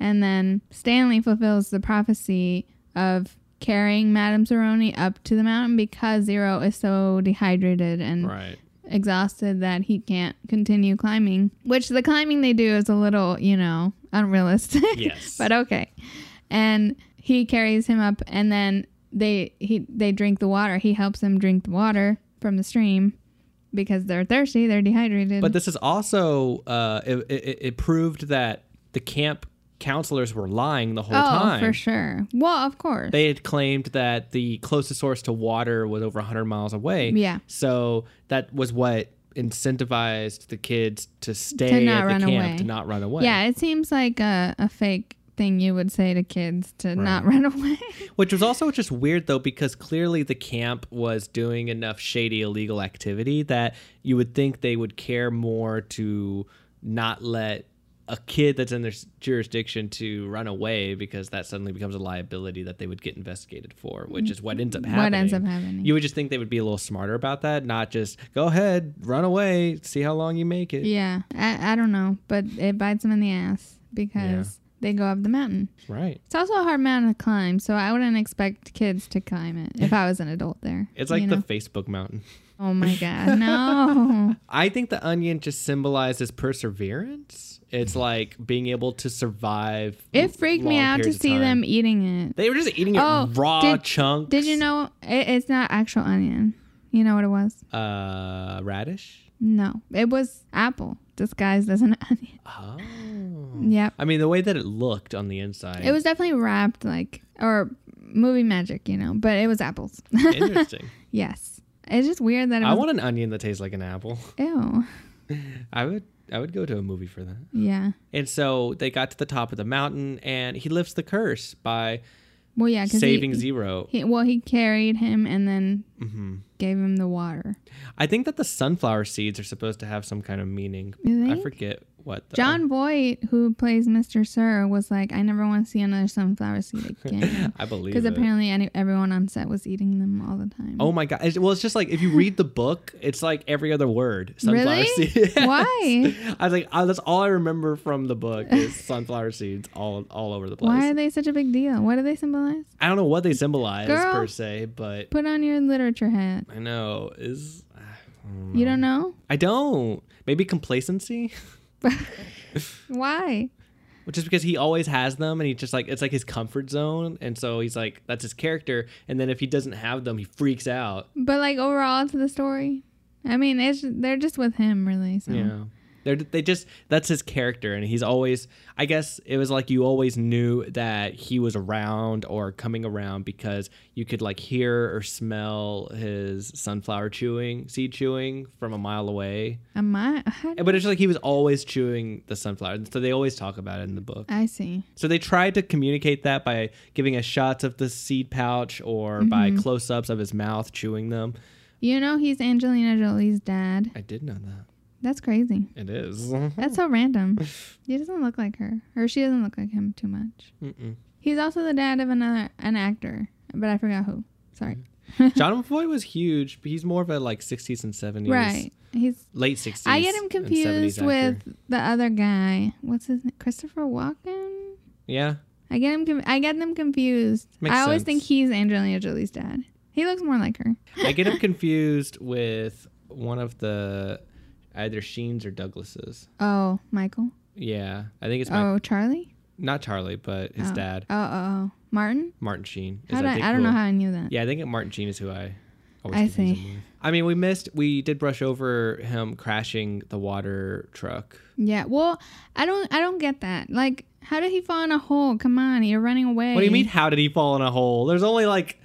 Speaker 1: And then Stanley fulfills the prophecy of carrying Madame Zeroni up to the mountain because Zero is so dehydrated and
Speaker 2: Right.
Speaker 1: exhausted that he can't continue climbing. Which the climbing they do is a little, you know, unrealistic.
Speaker 2: Yes.
Speaker 1: but um, okay. And he carries him up, and then they he they drink the water. He helps them drink the water from the stream because they're thirsty. They're dehydrated.
Speaker 2: But this is also uh, it, it, it proved that the camp counselors were lying the whole
Speaker 1: oh,
Speaker 2: time.
Speaker 1: for sure. Well, of course.
Speaker 2: They had claimed that the closest source to water was over 100 miles away.
Speaker 1: Yeah.
Speaker 2: So that was what incentivized the kids to stay
Speaker 1: not
Speaker 2: at the
Speaker 1: run
Speaker 2: camp
Speaker 1: away.
Speaker 2: to not run away.
Speaker 1: yeah, it seems like a, a fake thing you would say to kids to not run away.
Speaker 2: Which was also just weird though, because clearly the camp was doing enough shady illegal activity that you would think they would care more to not let a kid that's in their s- jurisdiction to run away because that suddenly becomes a liability that they would get investigated for, which is what ends up happening.
Speaker 1: Mm, What ends up happening.
Speaker 2: You would just think they would be a little smarter about that, not just go ahead, run away, see how long you make it.
Speaker 1: yeah, I, I don't know, but it bites them in the ass because they go up the mountain.
Speaker 2: Right.
Speaker 1: It's also a hard mountain to climb, so I wouldn't expect kids to climb it if I was an adult there.
Speaker 2: It's like
Speaker 1: you
Speaker 2: the
Speaker 1: know?
Speaker 2: Facebook mountain.
Speaker 1: Oh my god, no.
Speaker 2: I think the onion just symbolizes perseverance. It's like being able to survive.
Speaker 1: Mm-hmm. It freaked me
Speaker 2: long
Speaker 1: out to
Speaker 2: periods of
Speaker 1: see
Speaker 2: time.
Speaker 1: them eating it.
Speaker 2: They were just eating it
Speaker 1: Oh,
Speaker 2: raw
Speaker 1: did-
Speaker 2: chunks.
Speaker 1: Did you know it, it's not actual onion? You know what it was?
Speaker 2: Uh, radish.
Speaker 1: No, it was apple disguised as an onion.
Speaker 2: Oh.
Speaker 1: Yep.
Speaker 2: I mean, the way that it looked on the inside.
Speaker 1: It was definitely wrapped like or movie magic, you know, but it was apples.
Speaker 2: interesting.
Speaker 1: yes. It's just weird that it
Speaker 2: I
Speaker 1: was
Speaker 2: want an onion that tastes like an apple.
Speaker 1: ew.
Speaker 2: I would. I would go to a movie for that.
Speaker 1: Yeah.
Speaker 2: And so they got to the top of the mountain, and he lifts the curse by
Speaker 1: Well, yeah, cuz
Speaker 2: saving
Speaker 1: he,
Speaker 2: Zero. Mm-hmm.
Speaker 1: he well, he carried him and then gave him the water.
Speaker 2: I think that the sunflower seeds are supposed to have some kind of meaning.
Speaker 1: You
Speaker 2: I
Speaker 1: think?
Speaker 2: forget what. Though.
Speaker 1: John Voight, who plays Mr. Sir, was like, I never want to see another sunflower seed again.
Speaker 2: I believe
Speaker 1: Because
Speaker 2: it.
Speaker 1: apparently any, everyone on set was eating them all the time.
Speaker 2: Oh my god! It's- well, it's just like if you read the book, it's like every other word. Sunflower
Speaker 1: Really?
Speaker 2: seeds.
Speaker 1: Why?
Speaker 2: I was like, oh, that's all I remember from the book is sunflower seeds all all over the place.
Speaker 1: Why are they such a big deal? What do they symbolize?
Speaker 2: I don't know what they symbolize
Speaker 1: Girl.
Speaker 2: per se, but
Speaker 1: Put on your literature hat.
Speaker 2: I know is
Speaker 1: You don't know?
Speaker 2: I don't maybe complacency,
Speaker 1: Why?
Speaker 2: which is because he always has them and he just like it's like his comfort zone, and so he's like that's his character, and then if he doesn't have them, he freaks out.
Speaker 1: But like overall to the story, I mean, it's they're just with him really. So
Speaker 2: Yeah. They're, they just that's his character and he's always i guess it was like you always knew that he was around or coming around because you could like hear or smell his sunflower chewing seed chewing from a mile away
Speaker 1: am I? how-
Speaker 2: but it's like he was always chewing the sunflower so they always talk about it in the book
Speaker 1: I see.
Speaker 2: so they tried to communicate that by giving us shots of the seed pouch or by
Speaker 1: Mm-hmm.
Speaker 2: close-ups of his mouth chewing them
Speaker 1: You know, he's Angelina Jolie's dad.
Speaker 2: i did know that
Speaker 1: That's crazy.
Speaker 2: it is
Speaker 1: That's so random. He doesn't look like her, or she doesn't look like him too much.
Speaker 2: Mm-mm.
Speaker 1: He's also the dad of another an actor, but I forgot who. Sorry.
Speaker 2: Mm-hmm. John McFoy was huge, but he's more of a like 60s and 70s,
Speaker 1: Right. He's.
Speaker 2: Late 60s.
Speaker 1: I get him
Speaker 2: and
Speaker 1: confused
Speaker 2: 70s
Speaker 1: with
Speaker 2: actor.
Speaker 1: the other guy. What's his name? Christopher Walken.
Speaker 2: yeah,
Speaker 1: I get him. Com- I get them confused.
Speaker 2: Makes
Speaker 1: I always
Speaker 2: sense.
Speaker 1: think he's Angelina Jolie's dad. He looks more like her.
Speaker 2: I get him confused with one of the either Sheens or Douglases.
Speaker 1: Oh, Michael.
Speaker 2: Yeah, I think it's my,
Speaker 1: Oh, Charlie.
Speaker 2: not Charlie, but his
Speaker 1: Oh.
Speaker 2: dad,
Speaker 1: Oh, oh, oh. Martin.
Speaker 2: Martin Sheen. is,
Speaker 1: How do I,
Speaker 2: think,
Speaker 1: I don't know
Speaker 2: who-
Speaker 1: how I knew that.
Speaker 2: Yeah, I think Martin Sheen is who I. Always
Speaker 1: I
Speaker 2: confuse
Speaker 1: see.
Speaker 2: him with. I mean, we missed. We did brush over him crashing the water truck.
Speaker 1: Yeah. Well, I don't. I don't get that. Like, how did he fall in a hole? Come on, you're running away.
Speaker 2: What do you mean? How did he fall in a hole? There's only like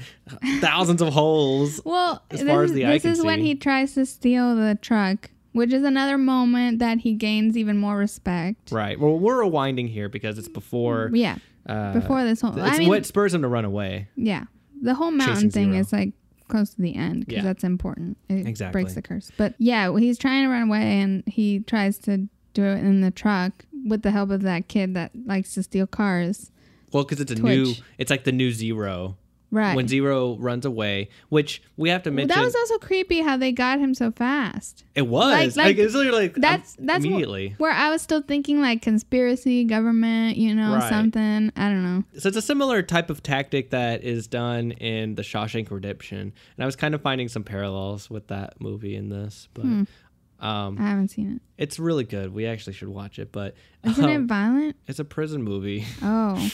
Speaker 2: thousands of holes.
Speaker 1: Well,
Speaker 2: As
Speaker 1: this
Speaker 2: far
Speaker 1: is,
Speaker 2: as the eye
Speaker 1: this
Speaker 2: can
Speaker 1: is when
Speaker 2: see.
Speaker 1: he tries to steal the truck, which is another moment that he gains even more respect.
Speaker 2: Right. Well, we're rewinding here because it's before.
Speaker 1: Yeah.
Speaker 2: Uh,
Speaker 1: Before this whole.
Speaker 2: it's
Speaker 1: I mean,
Speaker 2: what spurs him to run away.
Speaker 1: Yeah. The whole
Speaker 2: Chasing
Speaker 1: mountain thing
Speaker 2: Zero.
Speaker 1: is like close to the end because
Speaker 2: Yeah.
Speaker 1: that's important. It
Speaker 2: Exactly.
Speaker 1: breaks the curse. But yeah, well, he's trying to run away and he tries to do it in the truck with the help of that kid that likes to steal cars.
Speaker 2: Well, because it's a
Speaker 1: Twitch.
Speaker 2: new. It's like the new zero.
Speaker 1: Right.
Speaker 2: when Zero runs away, which we have to
Speaker 1: Well,
Speaker 2: mention.
Speaker 1: that was also creepy how they got him so fast.
Speaker 2: it was
Speaker 1: like-
Speaker 2: like,
Speaker 1: like,
Speaker 2: it was literally like
Speaker 1: That's
Speaker 2: um,
Speaker 1: that's wh-
Speaker 2: immediately.
Speaker 1: where I was still thinking like conspiracy, government, you know,
Speaker 2: Right.
Speaker 1: something. I don't know.
Speaker 2: so it's a similar type of tactic that is done in the Shawshank Redemption, and I was kind of finding some parallels with that movie in this, but
Speaker 1: Hmm.
Speaker 2: um,
Speaker 1: I haven't seen it.
Speaker 2: it's really good. We actually should watch it, but
Speaker 1: Isn't it
Speaker 2: um,
Speaker 1: violent?
Speaker 2: it's a prison movie.
Speaker 1: Oh,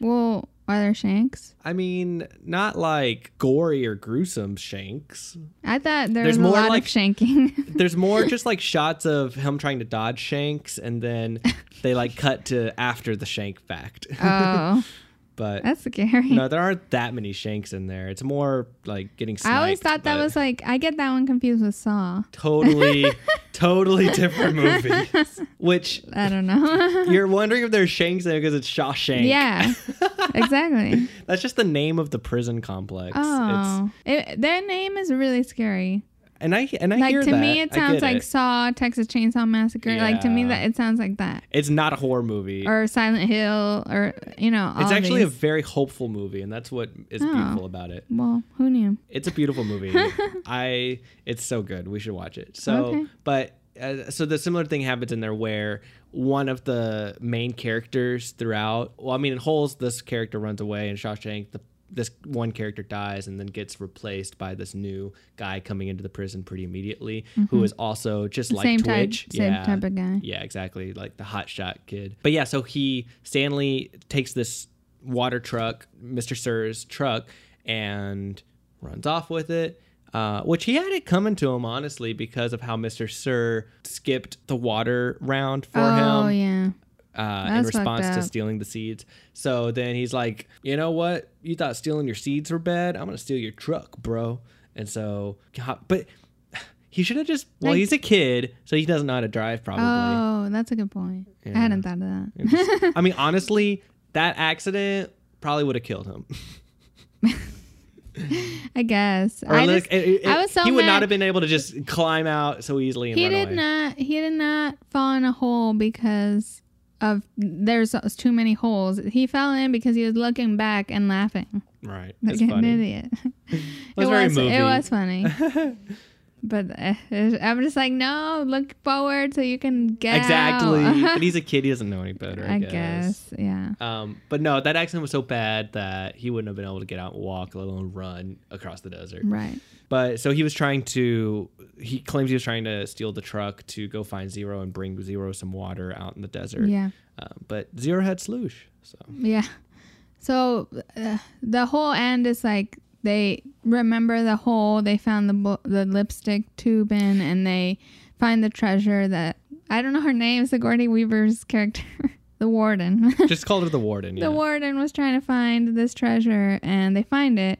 Speaker 1: well, are there shanks?
Speaker 2: I mean, not like gory or gruesome shanks.
Speaker 1: I thought there
Speaker 2: There's
Speaker 1: was a
Speaker 2: more,
Speaker 1: lot
Speaker 2: like-
Speaker 1: of shanking.
Speaker 2: There's more just like shots of him trying to dodge shanks, and then they like cut to after the shank fact.
Speaker 1: oh,
Speaker 2: but
Speaker 1: that's scary.
Speaker 2: no, there aren't that many shanks in there. It's more like getting. Sniped,
Speaker 1: I always thought that
Speaker 2: but
Speaker 1: was like I get that one confused with Saw.
Speaker 2: totally, totally different movies. Which
Speaker 1: I don't know.
Speaker 2: you're wondering if there's shanks in it because it's Shawshank.
Speaker 1: yeah, exactly.
Speaker 2: that's just the name of the prison complex. It's,
Speaker 1: Oh, it, their name is really scary.
Speaker 2: and I and I
Speaker 1: Like
Speaker 2: hear
Speaker 1: to
Speaker 2: that.
Speaker 1: me, it
Speaker 2: I get
Speaker 1: sounds like
Speaker 2: it.
Speaker 1: Saw, Texas Chainsaw Massacre. Like to me,
Speaker 2: Yeah.
Speaker 1: that it sounds like that.
Speaker 2: it's not a horror movie.
Speaker 1: or Silent Hill or you know all
Speaker 2: It's actually a
Speaker 1: these.
Speaker 2: very hopeful movie, and that's what is
Speaker 1: Oh.
Speaker 2: beautiful about it.
Speaker 1: well who knew
Speaker 2: It's a beautiful movie. I it's so good. We should watch it. So,
Speaker 1: Okay.
Speaker 2: but uh, so the similar thing happens in there where one of the main characters throughout. Well, I mean, in Holes, this character runs away, and Shawshank, the this one character dies and then gets replaced by this new guy coming into the prison pretty immediately, who is also just like
Speaker 1: Mm-hmm. same type
Speaker 2: Twitch.
Speaker 1: same type of guy
Speaker 2: Yeah, exactly. Like the hotshot kid. But yeah, so he Stanley takes this water truck, Mr. Sir's truck, and runs off with it. Uh, which he had it coming to him honestly because of how Mr. Sir skipped the water round for
Speaker 1: oh
Speaker 2: him
Speaker 1: yeah
Speaker 2: uh, in
Speaker 1: That's fucked
Speaker 2: response to
Speaker 1: up.
Speaker 2: stealing the seeds. So then he's like, you know what? You thought stealing your seeds were bad? I'm gonna steal your truck, bro. And so, God, but he should have just. Well,
Speaker 1: Like-
Speaker 2: he's a kid, so he doesn't know how to drive probably.
Speaker 1: oh that's a good point I hadn't thought of that
Speaker 2: And just- I mean, honestly, that accident probably would have killed him.
Speaker 1: I guess
Speaker 2: Or
Speaker 1: I
Speaker 2: like,
Speaker 1: just,
Speaker 2: it- it-
Speaker 1: I was so
Speaker 2: he would
Speaker 1: mad.
Speaker 2: not have been able to just climb out so easily. And
Speaker 1: he
Speaker 2: run
Speaker 1: did
Speaker 2: away.
Speaker 1: not he did not fall in a hole because of there's too many holes he fell in because he was looking back and laughing
Speaker 2: Right.
Speaker 1: like
Speaker 2: It's
Speaker 1: an
Speaker 2: funny.
Speaker 1: idiot
Speaker 2: It was very movie.
Speaker 1: it was funny but uh, I'm just like no look forward so you can get
Speaker 2: exactly.
Speaker 1: out.
Speaker 2: but he's a kid. He doesn't know any better. I,
Speaker 1: I guess. Yeah.
Speaker 2: Um, but no, that accident was so bad that he wouldn't have been able to get out and walk, let alone run across the desert.
Speaker 1: Right.
Speaker 2: But so he was trying to, he claims he was trying to steal the truck to go find Zero and bring Zero some water out in the desert.
Speaker 1: Yeah.
Speaker 2: Um, but Zero had Sloosh. So
Speaker 1: Yeah. So uh, the whole end is like they remember the hole. They found the bu- the lipstick tube in, and they find the treasure that I don't know her name. It's the Gordy Weaver's character, the warden.
Speaker 2: just called her the warden. yeah.
Speaker 1: The warden was trying to find this treasure, and they find it,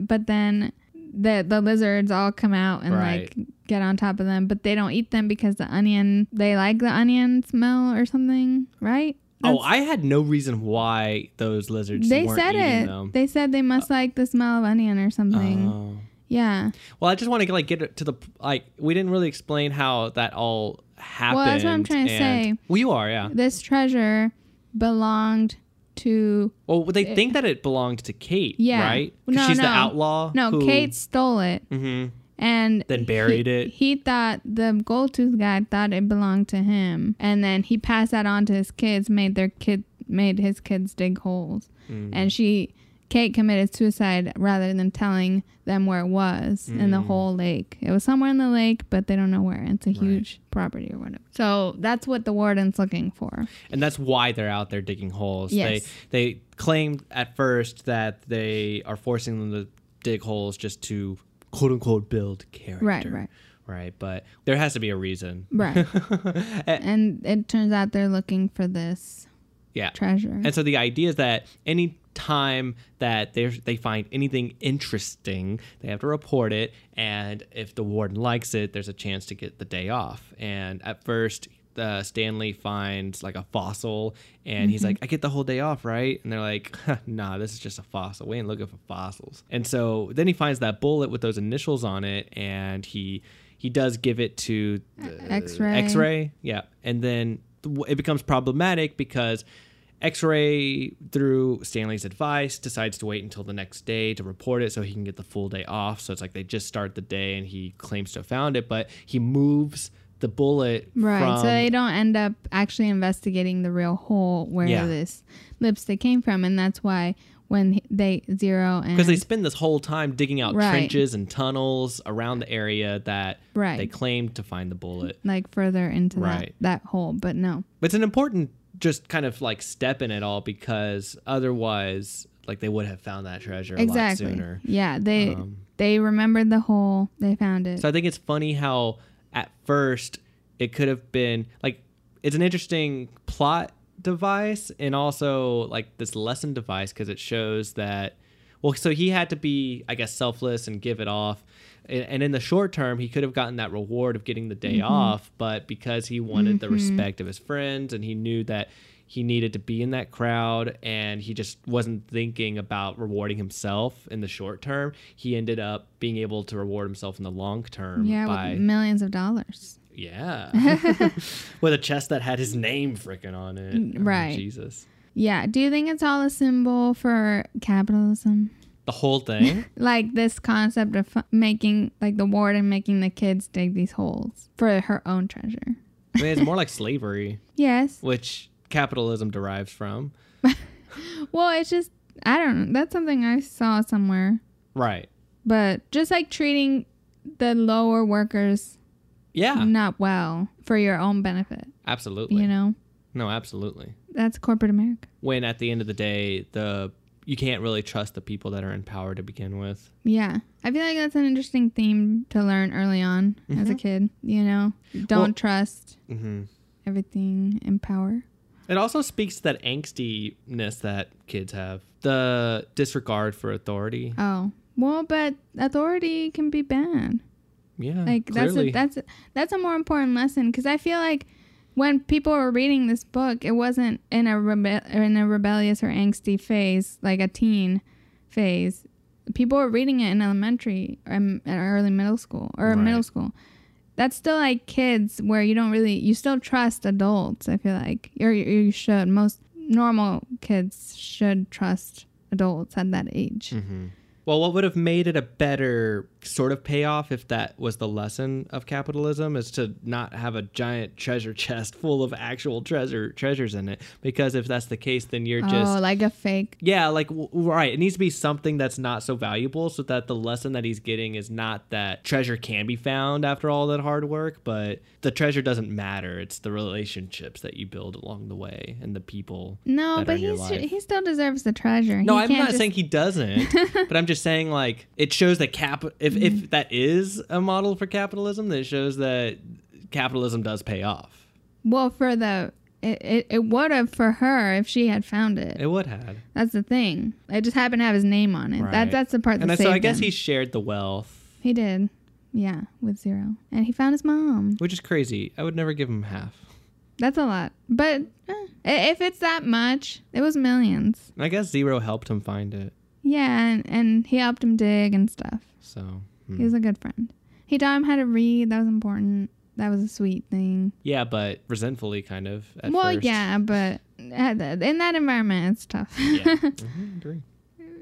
Speaker 1: but then the the lizards all come out and
Speaker 2: Right.
Speaker 1: like get on top of them, but they don't eat them because the onion they like the onion smell or something, right?
Speaker 2: Oh,
Speaker 1: That's-
Speaker 2: I had no reason why those lizards
Speaker 1: they
Speaker 2: weren't
Speaker 1: said
Speaker 2: eating
Speaker 1: it.
Speaker 2: them. Uh,
Speaker 1: They said they must like the smell of onion or something.
Speaker 2: Oh.
Speaker 1: yeah.
Speaker 2: Well, I just want to like get it to the like we didn't really explain how that all happened.
Speaker 1: that's what I'm trying to
Speaker 2: and- Well, you are, yeah.
Speaker 1: This treasure belonged to
Speaker 2: Well, they think that it belonged to Kate,
Speaker 1: Yeah.
Speaker 2: right? 'Cause
Speaker 1: No,
Speaker 2: she's
Speaker 1: no.
Speaker 2: the outlaw.
Speaker 1: no,
Speaker 2: who-
Speaker 1: Kate stole it.
Speaker 2: Mhm.
Speaker 1: and
Speaker 2: Then buried
Speaker 1: he-
Speaker 2: it.
Speaker 1: He thought the gold tooth guy thought it belonged to him, and then he passed that on to his kids, made their kid made his kids dig holes,
Speaker 2: Mm.
Speaker 1: and she Kate committed suicide rather than telling them where it was in
Speaker 2: Mm.
Speaker 1: the whole lake. It was somewhere in the lake, but they don't know where. It's a huge property or whatever. So that's what the warden's looking for.
Speaker 2: and that's why they're out there digging holes.
Speaker 1: Yes.
Speaker 2: They they claimed at first that they are forcing them to dig holes just to quote unquote build character.
Speaker 1: right.
Speaker 2: Right, but there has to be a reason.
Speaker 1: Right. and it turns out they're looking for this
Speaker 2: Yeah.
Speaker 1: treasure.
Speaker 2: And so the idea is that any time that they they find anything interesting, they have to report it, and if the warden likes it, there's a chance to get the day off. And at first, uh, Stanley finds like a fossil, and he's like, "I get the whole day off, right?" And they're like, "Huh, "Nah, this is just a fossil. We ain't looking for fossils." And so then he finds that bullet with those initials on it, and he he does give it to the
Speaker 1: X-ray.
Speaker 2: X-ray, yeah, and then th- it becomes problematic because X Ray, through Stanley's advice, decides to wait until the next day to report it so he can get the full day off. So it's like they just start the day and he claims to have found it, but he moves the bullet
Speaker 1: Right.
Speaker 2: from
Speaker 1: so they don't end up actually investigating the real hole where
Speaker 2: Yeah.
Speaker 1: this lipstick came from. And that's why when he- they zero and
Speaker 2: because they spend this whole time digging out
Speaker 1: Right.
Speaker 2: trenches and tunnels around the area that
Speaker 1: Right.
Speaker 2: they claimed to find the bullet.
Speaker 1: like further into
Speaker 2: Right.
Speaker 1: that, that hole, but no.
Speaker 2: But it's an important just kind of like step in it all because otherwise like they would have found that treasure a lot
Speaker 1: Exactly.
Speaker 2: sooner.
Speaker 1: Yeah. They
Speaker 2: Um,
Speaker 1: they remembered the hole. They found it.
Speaker 2: So I think it's funny how at first it could have been like it's an interesting plot device and also like this lesson device because it shows that well so he had to be I guess selfless and give it off and, and in the short term he could have gotten that reward of getting the day off but because he wanted the respect of his friends and he knew that he needed to be in that crowd and he just wasn't thinking about rewarding himself in the short term he ended up being able to reward himself in the long term
Speaker 1: yeah,
Speaker 2: by
Speaker 1: with millions of dollars.
Speaker 2: yeah with a chest that had his name freaking on it Oh,
Speaker 1: Right.
Speaker 2: jesus
Speaker 1: Yeah. Do you think it's all a symbol for capitalism?
Speaker 2: the whole thing
Speaker 1: Like this concept of fu- making, like the warden making the kids dig these holes for her own treasure.
Speaker 2: I mean, it's more like slavery
Speaker 1: Yes.
Speaker 2: which capitalism derives from
Speaker 1: Well, it's just, I don't know. That's something I saw somewhere.
Speaker 2: right
Speaker 1: But just like treating the lower workers
Speaker 2: yeah
Speaker 1: not well for your own benefit,
Speaker 2: absolutely
Speaker 1: you know?
Speaker 2: no absolutely
Speaker 1: That's corporate America.
Speaker 2: when at the end of the day the you can't really trust the people that are in power to begin with
Speaker 1: Yeah. I feel like that's an interesting theme to learn early on as a kid, you know? Don't
Speaker 2: Mm-hmm. Well-
Speaker 1: trust
Speaker 2: mm-hmm.
Speaker 1: everything in power.
Speaker 2: it also speaks to that angstiness that kids have the disregard for authority
Speaker 1: Oh. Well, but authority can be bad.
Speaker 2: yeah
Speaker 1: Like that's a,
Speaker 2: Mm, clearly
Speaker 1: that's a, that's a more important lesson cuz I feel like when people were reading this book, it wasn't in a rebe- or in a rebellious or angsty phase, like a teen phase. People were reading it in elementary or in- or early middle school or
Speaker 2: Right.
Speaker 1: middle school. That's still like kids where you don't really you still trust adults. I feel like or you, you should most normal kids should trust adults at that age.
Speaker 2: Mm. well what would have made it a better sort of payoff if that was the lesson of capitalism is to not have a giant treasure chest full of actual treasure treasures in it because if that's the case then you're just
Speaker 1: oh, like a fake
Speaker 2: Yeah, like w- right. It needs to be something that's not so valuable, so that the lesson that he's getting is not that treasure can be found after all that hard work, but the treasure doesn't matter. It's the relationships that you build along the way and the people. that
Speaker 1: No,
Speaker 2: are
Speaker 1: but
Speaker 2: in your
Speaker 1: he's
Speaker 2: life.
Speaker 1: he still deserves the treasure.
Speaker 2: No,
Speaker 1: He
Speaker 2: I'm
Speaker 1: Mm, can't
Speaker 2: not
Speaker 1: just-
Speaker 2: saying he doesn't, but I'm just saying like it shows that cap. If
Speaker 1: Mm-hmm.
Speaker 2: if that is a model for capitalism, then it shows that capitalism does pay off.
Speaker 1: Well, for the it, it, it would have for her if she had found it.
Speaker 2: It would have.
Speaker 1: That's the thing. It just happened to have his name on it.
Speaker 2: Right.
Speaker 1: That that's the part that
Speaker 2: And
Speaker 1: saved
Speaker 2: so I guess
Speaker 1: him.
Speaker 2: he shared the wealth,
Speaker 1: he did. Yeah, with zero, and he found his mom.
Speaker 2: which is crazy. I would never give him half.
Speaker 1: That's a lot, but eh, i- if it's that much, it was millions.
Speaker 2: I guess Zero helped him find it.
Speaker 1: Yeah, and, and he helped him dig and stuff.
Speaker 2: So hmm.
Speaker 1: He was a good friend. He taught him how to read. That was important. That was a sweet thing.
Speaker 2: yeah, but resentfully, kind of. At
Speaker 1: well,
Speaker 2: first.
Speaker 1: yeah, but at the- in that environment, it's tough.
Speaker 2: Mhm, agree.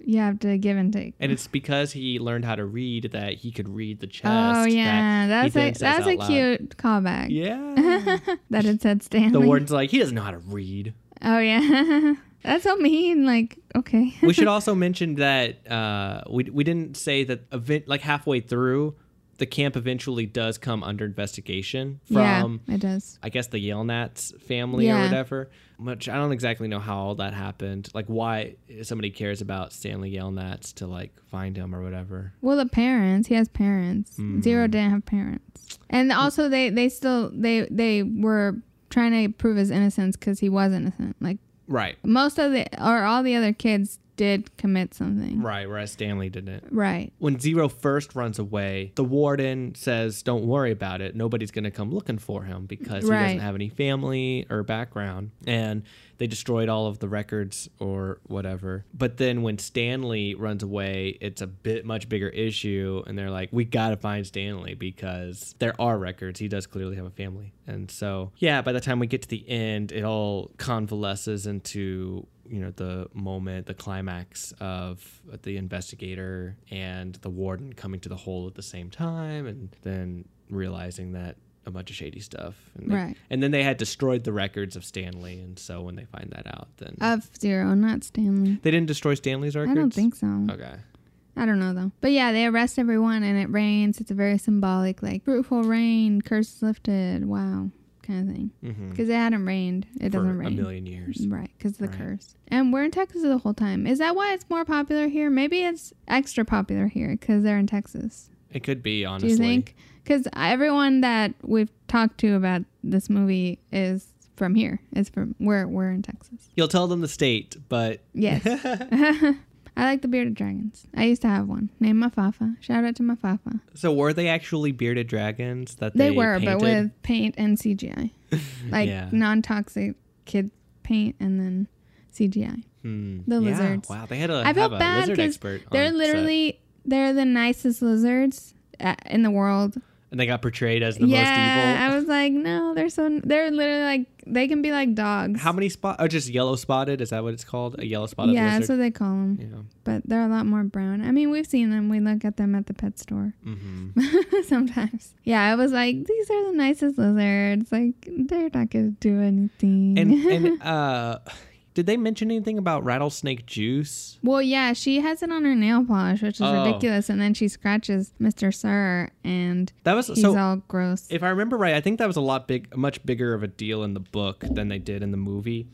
Speaker 1: you have to give and take.
Speaker 2: And it's because he learned how to read that he could read the chest.
Speaker 1: Oh yeah,
Speaker 2: that he
Speaker 1: that's a
Speaker 2: then says
Speaker 1: that's a
Speaker 2: out loud.
Speaker 1: cute callback.
Speaker 2: Yeah.
Speaker 1: that it said Stanley.
Speaker 2: the warden's like he doesn't know how to read.
Speaker 1: Oh yeah, that's so mean. Like okay.
Speaker 2: We should also mention that uh, we we didn't say that event like halfway through the camp eventually does come under investigation from
Speaker 1: yeah, it does.
Speaker 2: I guess the Yale Nats family or
Speaker 1: Yeah.
Speaker 2: whatever. Which I don't exactly know how all that happened. Like why somebody cares about Stanley Yale Nats to like find him or whatever.
Speaker 1: Well, the parents. He has parents. Zero
Speaker 2: Hmm.
Speaker 1: didn't have parents, and also they they still they they were trying to prove his innocence because he was innocent. Like
Speaker 2: Right.
Speaker 1: most of the or all the other kids did commit something.
Speaker 2: Right, whereas Stanley didn't.
Speaker 1: Right.
Speaker 2: When Zero first runs away, the warden says, Don't worry about it. Nobody's going to come looking for him because he
Speaker 1: Right.
Speaker 2: doesn't have any family or background. And they destroyed all of the records or whatever. But then when Stanley runs away, it's a bit much bigger issue. And they're like, We got to find Stanley because there are records. He does clearly have a family. And so, yeah, by the time we get to the end, it all convalesces into you know the moment the climax of the investigator and the warden coming to the hole at the same time and then realizing that a bunch of shady stuff and, they-
Speaker 1: Right.
Speaker 2: and then they had destroyed the records of stanley and so when they find that out then
Speaker 1: Of Zero, not Stanley.
Speaker 2: they didn't destroy stanley's records
Speaker 1: Uh, I don't think so.
Speaker 2: okay
Speaker 1: I don't know though. But yeah, they arrest everyone and it rains. It's a very symbolic, like fruitful rain, curse lifted, wow, kind of thing.
Speaker 2: mm-hmm.
Speaker 1: Because it hadn't rained. It
Speaker 2: for
Speaker 1: doesn't Mm-hmm.
Speaker 2: a
Speaker 1: rain.
Speaker 2: million years
Speaker 1: Right, because the
Speaker 2: Right.
Speaker 1: curse. And we're in Texas the whole time. Is that why it's more popular here? Maybe it's extra popular here because they're in Texas.
Speaker 2: it could be honestly
Speaker 1: Do you think? Because everyone that we've talked to about this movie is from here. It's from we're we're in Texas.
Speaker 2: you'll tell them the state but
Speaker 1: Yes. I like the bearded dragons. I used to have one named Mafafa. Shout out to Mafafa.
Speaker 2: so were they actually bearded dragons that
Speaker 1: They,
Speaker 2: they,
Speaker 1: were,
Speaker 2: painted?
Speaker 1: but with paint and CGI, like
Speaker 2: Yeah.
Speaker 1: non-toxic kid paint and then CGI.
Speaker 2: Hmm.
Speaker 1: the
Speaker 2: Yeah,
Speaker 1: lizards.
Speaker 2: wow they had a,
Speaker 1: I
Speaker 2: have
Speaker 1: felt
Speaker 2: a
Speaker 1: bad
Speaker 2: lizard
Speaker 1: 'cause
Speaker 2: expert on
Speaker 1: They're
Speaker 2: set.
Speaker 1: literally they're the nicest lizards uh, in the world.
Speaker 2: and they got portrayed as the most evil
Speaker 1: yeah, I was like, no, they're so they're literally like they can be like dogs.
Speaker 2: How many spot? Oh, just yellow spotted. Is that what it's called? A yellow spotted
Speaker 1: yeah, that's
Speaker 2: lizard.
Speaker 1: what they call them.
Speaker 2: yeah.
Speaker 1: But they're a lot more brown. I mean, we've seen them. We look at them at the pet store
Speaker 2: hmm
Speaker 1: sometimes. Yeah, I was like, these are the nicest lizards. Like they're not gonna do anything.
Speaker 2: And and uh, did they mention anything about rattlesnake juice?
Speaker 1: well, yeah, she has it on her nail polish, which is
Speaker 2: Oh.
Speaker 1: ridiculous. And then she scratches Mr. Sir, and
Speaker 2: That was
Speaker 1: he's
Speaker 2: so.
Speaker 1: all gross.
Speaker 2: if I remember right, I think that was a lot big, much bigger of a deal in the book than they did in the movie.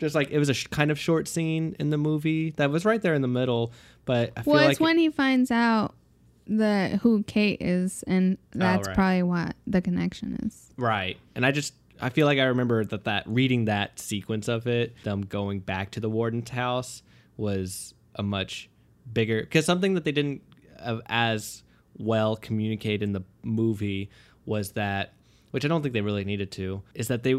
Speaker 2: Just like it was a sh- kind of short scene in the movie that was right there in the middle, but I feel
Speaker 1: Well,
Speaker 2: like
Speaker 1: it's when he finds out the who Kate is, and that's
Speaker 2: Oh, right.
Speaker 1: probably what the connection is.
Speaker 2: Right. And I just I feel like I remember that that reading that sequence of it, them going back to the warden's house was a much bigger cuz something that they didn't uh, as well communicate in the movie was that which I don't think they really needed to is that they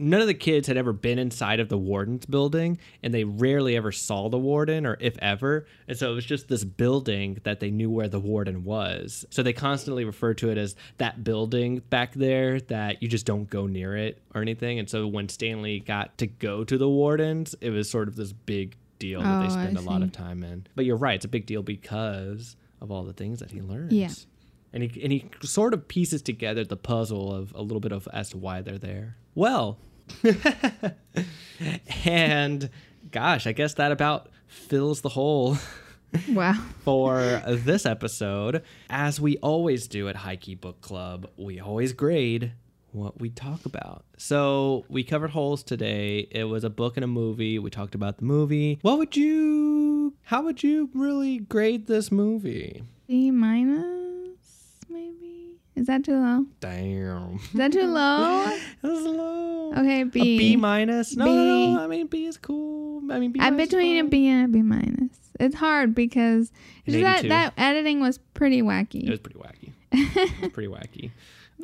Speaker 2: none of the kids had ever been inside of the warden's building and they rarely ever saw the warden or if ever and so it was just this building that they knew where the warden was so they constantly refer to it as that building back there that you just don't go near it or anything and so when stanley got to go to the warden's it was sort of this big deal that
Speaker 1: Oh,
Speaker 2: they
Speaker 1: I
Speaker 2: spend a lot
Speaker 1: see.
Speaker 2: of time in but you're right it's a big deal because of all the things that he learns
Speaker 1: Yeah.
Speaker 2: and he, and he sort of pieces together the puzzle of a little bit of as to why they're there. Well, and gosh, I guess that about fills the hole
Speaker 1: Wow.
Speaker 2: for this episode. As we always do at Hikey Book Club, we always grade what we talk about. So we covered holes today. It was a book and a movie. We talked about the movie. What would you, how would you really grade this movie?
Speaker 1: B minus, maybe. Is that too low?
Speaker 2: Damn.
Speaker 1: Is that too low?
Speaker 2: That's low.
Speaker 1: Okay,
Speaker 2: A
Speaker 1: B.
Speaker 2: B minus. No, no,
Speaker 1: B.
Speaker 2: no, I mean B is cool. I mean B.
Speaker 1: I'm
Speaker 2: minus is
Speaker 1: between a
Speaker 2: fine.
Speaker 1: B and a B minus. It's hard because
Speaker 2: An
Speaker 1: just that
Speaker 2: 82.
Speaker 1: that editing was pretty
Speaker 2: It was
Speaker 1: wacky.
Speaker 2: pretty wacky. It was pretty wacky.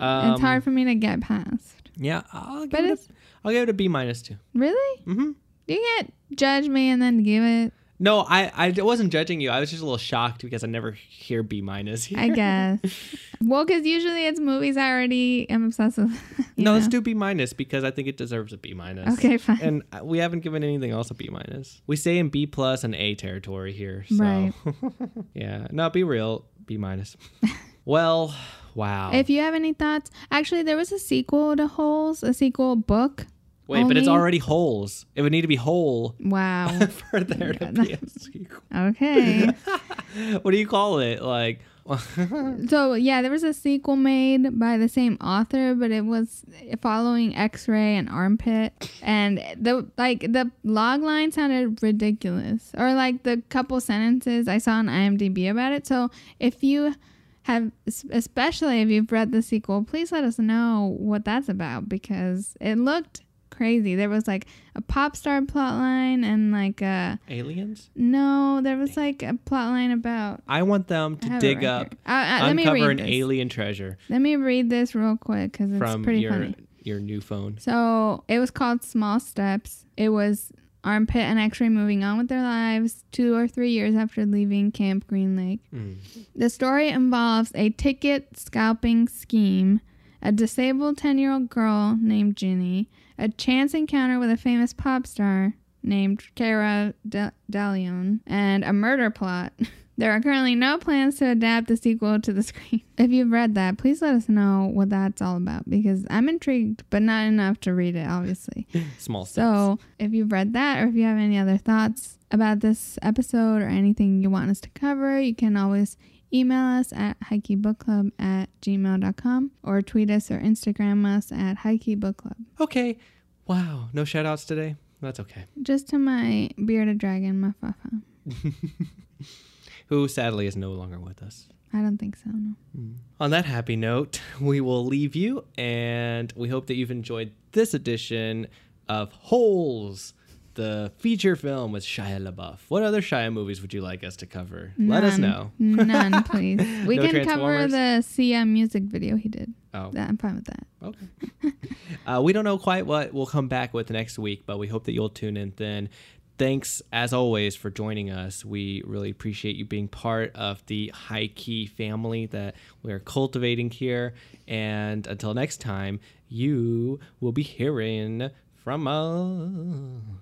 Speaker 2: Um,
Speaker 1: it's hard for me to get past.
Speaker 2: Yeah, I'll give
Speaker 1: But
Speaker 2: it.
Speaker 1: it's
Speaker 2: A, I'll give it a B minus too.
Speaker 1: really
Speaker 2: Mm-hmm.
Speaker 1: you can't judge me and then give it.
Speaker 2: No, I I wasn't judging you. I was just a little shocked because I never hear B minus here.
Speaker 1: I guess. well, because usually it's movies I already am obsessed with. you
Speaker 2: no, let's
Speaker 1: know?
Speaker 2: do B minus because I think it deserves a B minus.
Speaker 1: Okay, fine.
Speaker 2: And uh, we haven't given anything else a B minus. We stay in B plus and A territory here. So.
Speaker 1: Right.
Speaker 2: yeah. No, be real. B minus. well, wow.
Speaker 1: If you have any thoughts, actually, there was a sequel to Holes, a sequel book.
Speaker 2: Wait, but it's
Speaker 1: Only-
Speaker 2: already holes. It would need to be whole
Speaker 1: Wow.
Speaker 2: for there to be a sequel.
Speaker 1: okay.
Speaker 2: What do you call it? Like,
Speaker 1: So yeah, there was a sequel made by the same author, but it was following X-ray and armpit, and the like the log line sounded ridiculous, or like the couple sentences I saw on IMDb about it. So if you have, especially if you've read the sequel, please let us know what that's about because it looked crazy. There was like a pop star plot line and like a
Speaker 2: Aliens?
Speaker 1: no, there was like a plot line about
Speaker 2: I want them
Speaker 1: I
Speaker 2: to
Speaker 1: have it
Speaker 2: dig
Speaker 1: right
Speaker 2: up,
Speaker 1: here. Uh, uh, let me
Speaker 2: uncover
Speaker 1: read
Speaker 2: an
Speaker 1: this.
Speaker 2: alien treasure
Speaker 1: Let me read this real quick because it's
Speaker 2: from
Speaker 1: pretty
Speaker 2: your
Speaker 1: funny.
Speaker 2: your new phone.
Speaker 1: So it was called Small Steps. It was Armpit and X Ray moving on with their lives two or three years after leaving Camp Green Lake.
Speaker 2: Mm.
Speaker 1: The story involves a ticket scalping scheme, a disabled 10 year old girl named Ginny, a chance encounter with a famous pop star named Cara De- DeLeon, and a murder plot. There are currently no plans to adapt the sequel to the screen. If you've read that, please let us know what that's all about because I'm intrigued, but not enough to read it, obviously.
Speaker 2: Small steps.
Speaker 1: So, if you've read that or if you have any other thoughts about this episode or anything you want us to cover, you can always email us at hikeybookclub at gmail.com or tweet us or Instagram us at hikeybookclub.
Speaker 2: okay. Wow. No shout outs today? That's okay.
Speaker 1: Just to my bearded dragon, Muffafa.
Speaker 2: Who sadly is no longer with us.
Speaker 1: I don't think so, no.
Speaker 2: On that happy note, we will leave you, and we hope that you've enjoyed this edition of Holes, the feature film with Shia LaBeouf. What other Shia movies would you like us to cover? Let us
Speaker 1: None.
Speaker 2: know.
Speaker 1: None, please. We
Speaker 2: No
Speaker 1: can cover
Speaker 2: Transformers?
Speaker 1: the CM music video he did.
Speaker 2: Oh,
Speaker 1: That- I'm fine with that.
Speaker 2: okay. uh, we don't know quite what we'll come back with next week, but we hope that you'll tune in then. Thanks, as always, for joining us. We really appreciate you being part of the high key family that we're cultivating here. And until next time, you will be hearing from us.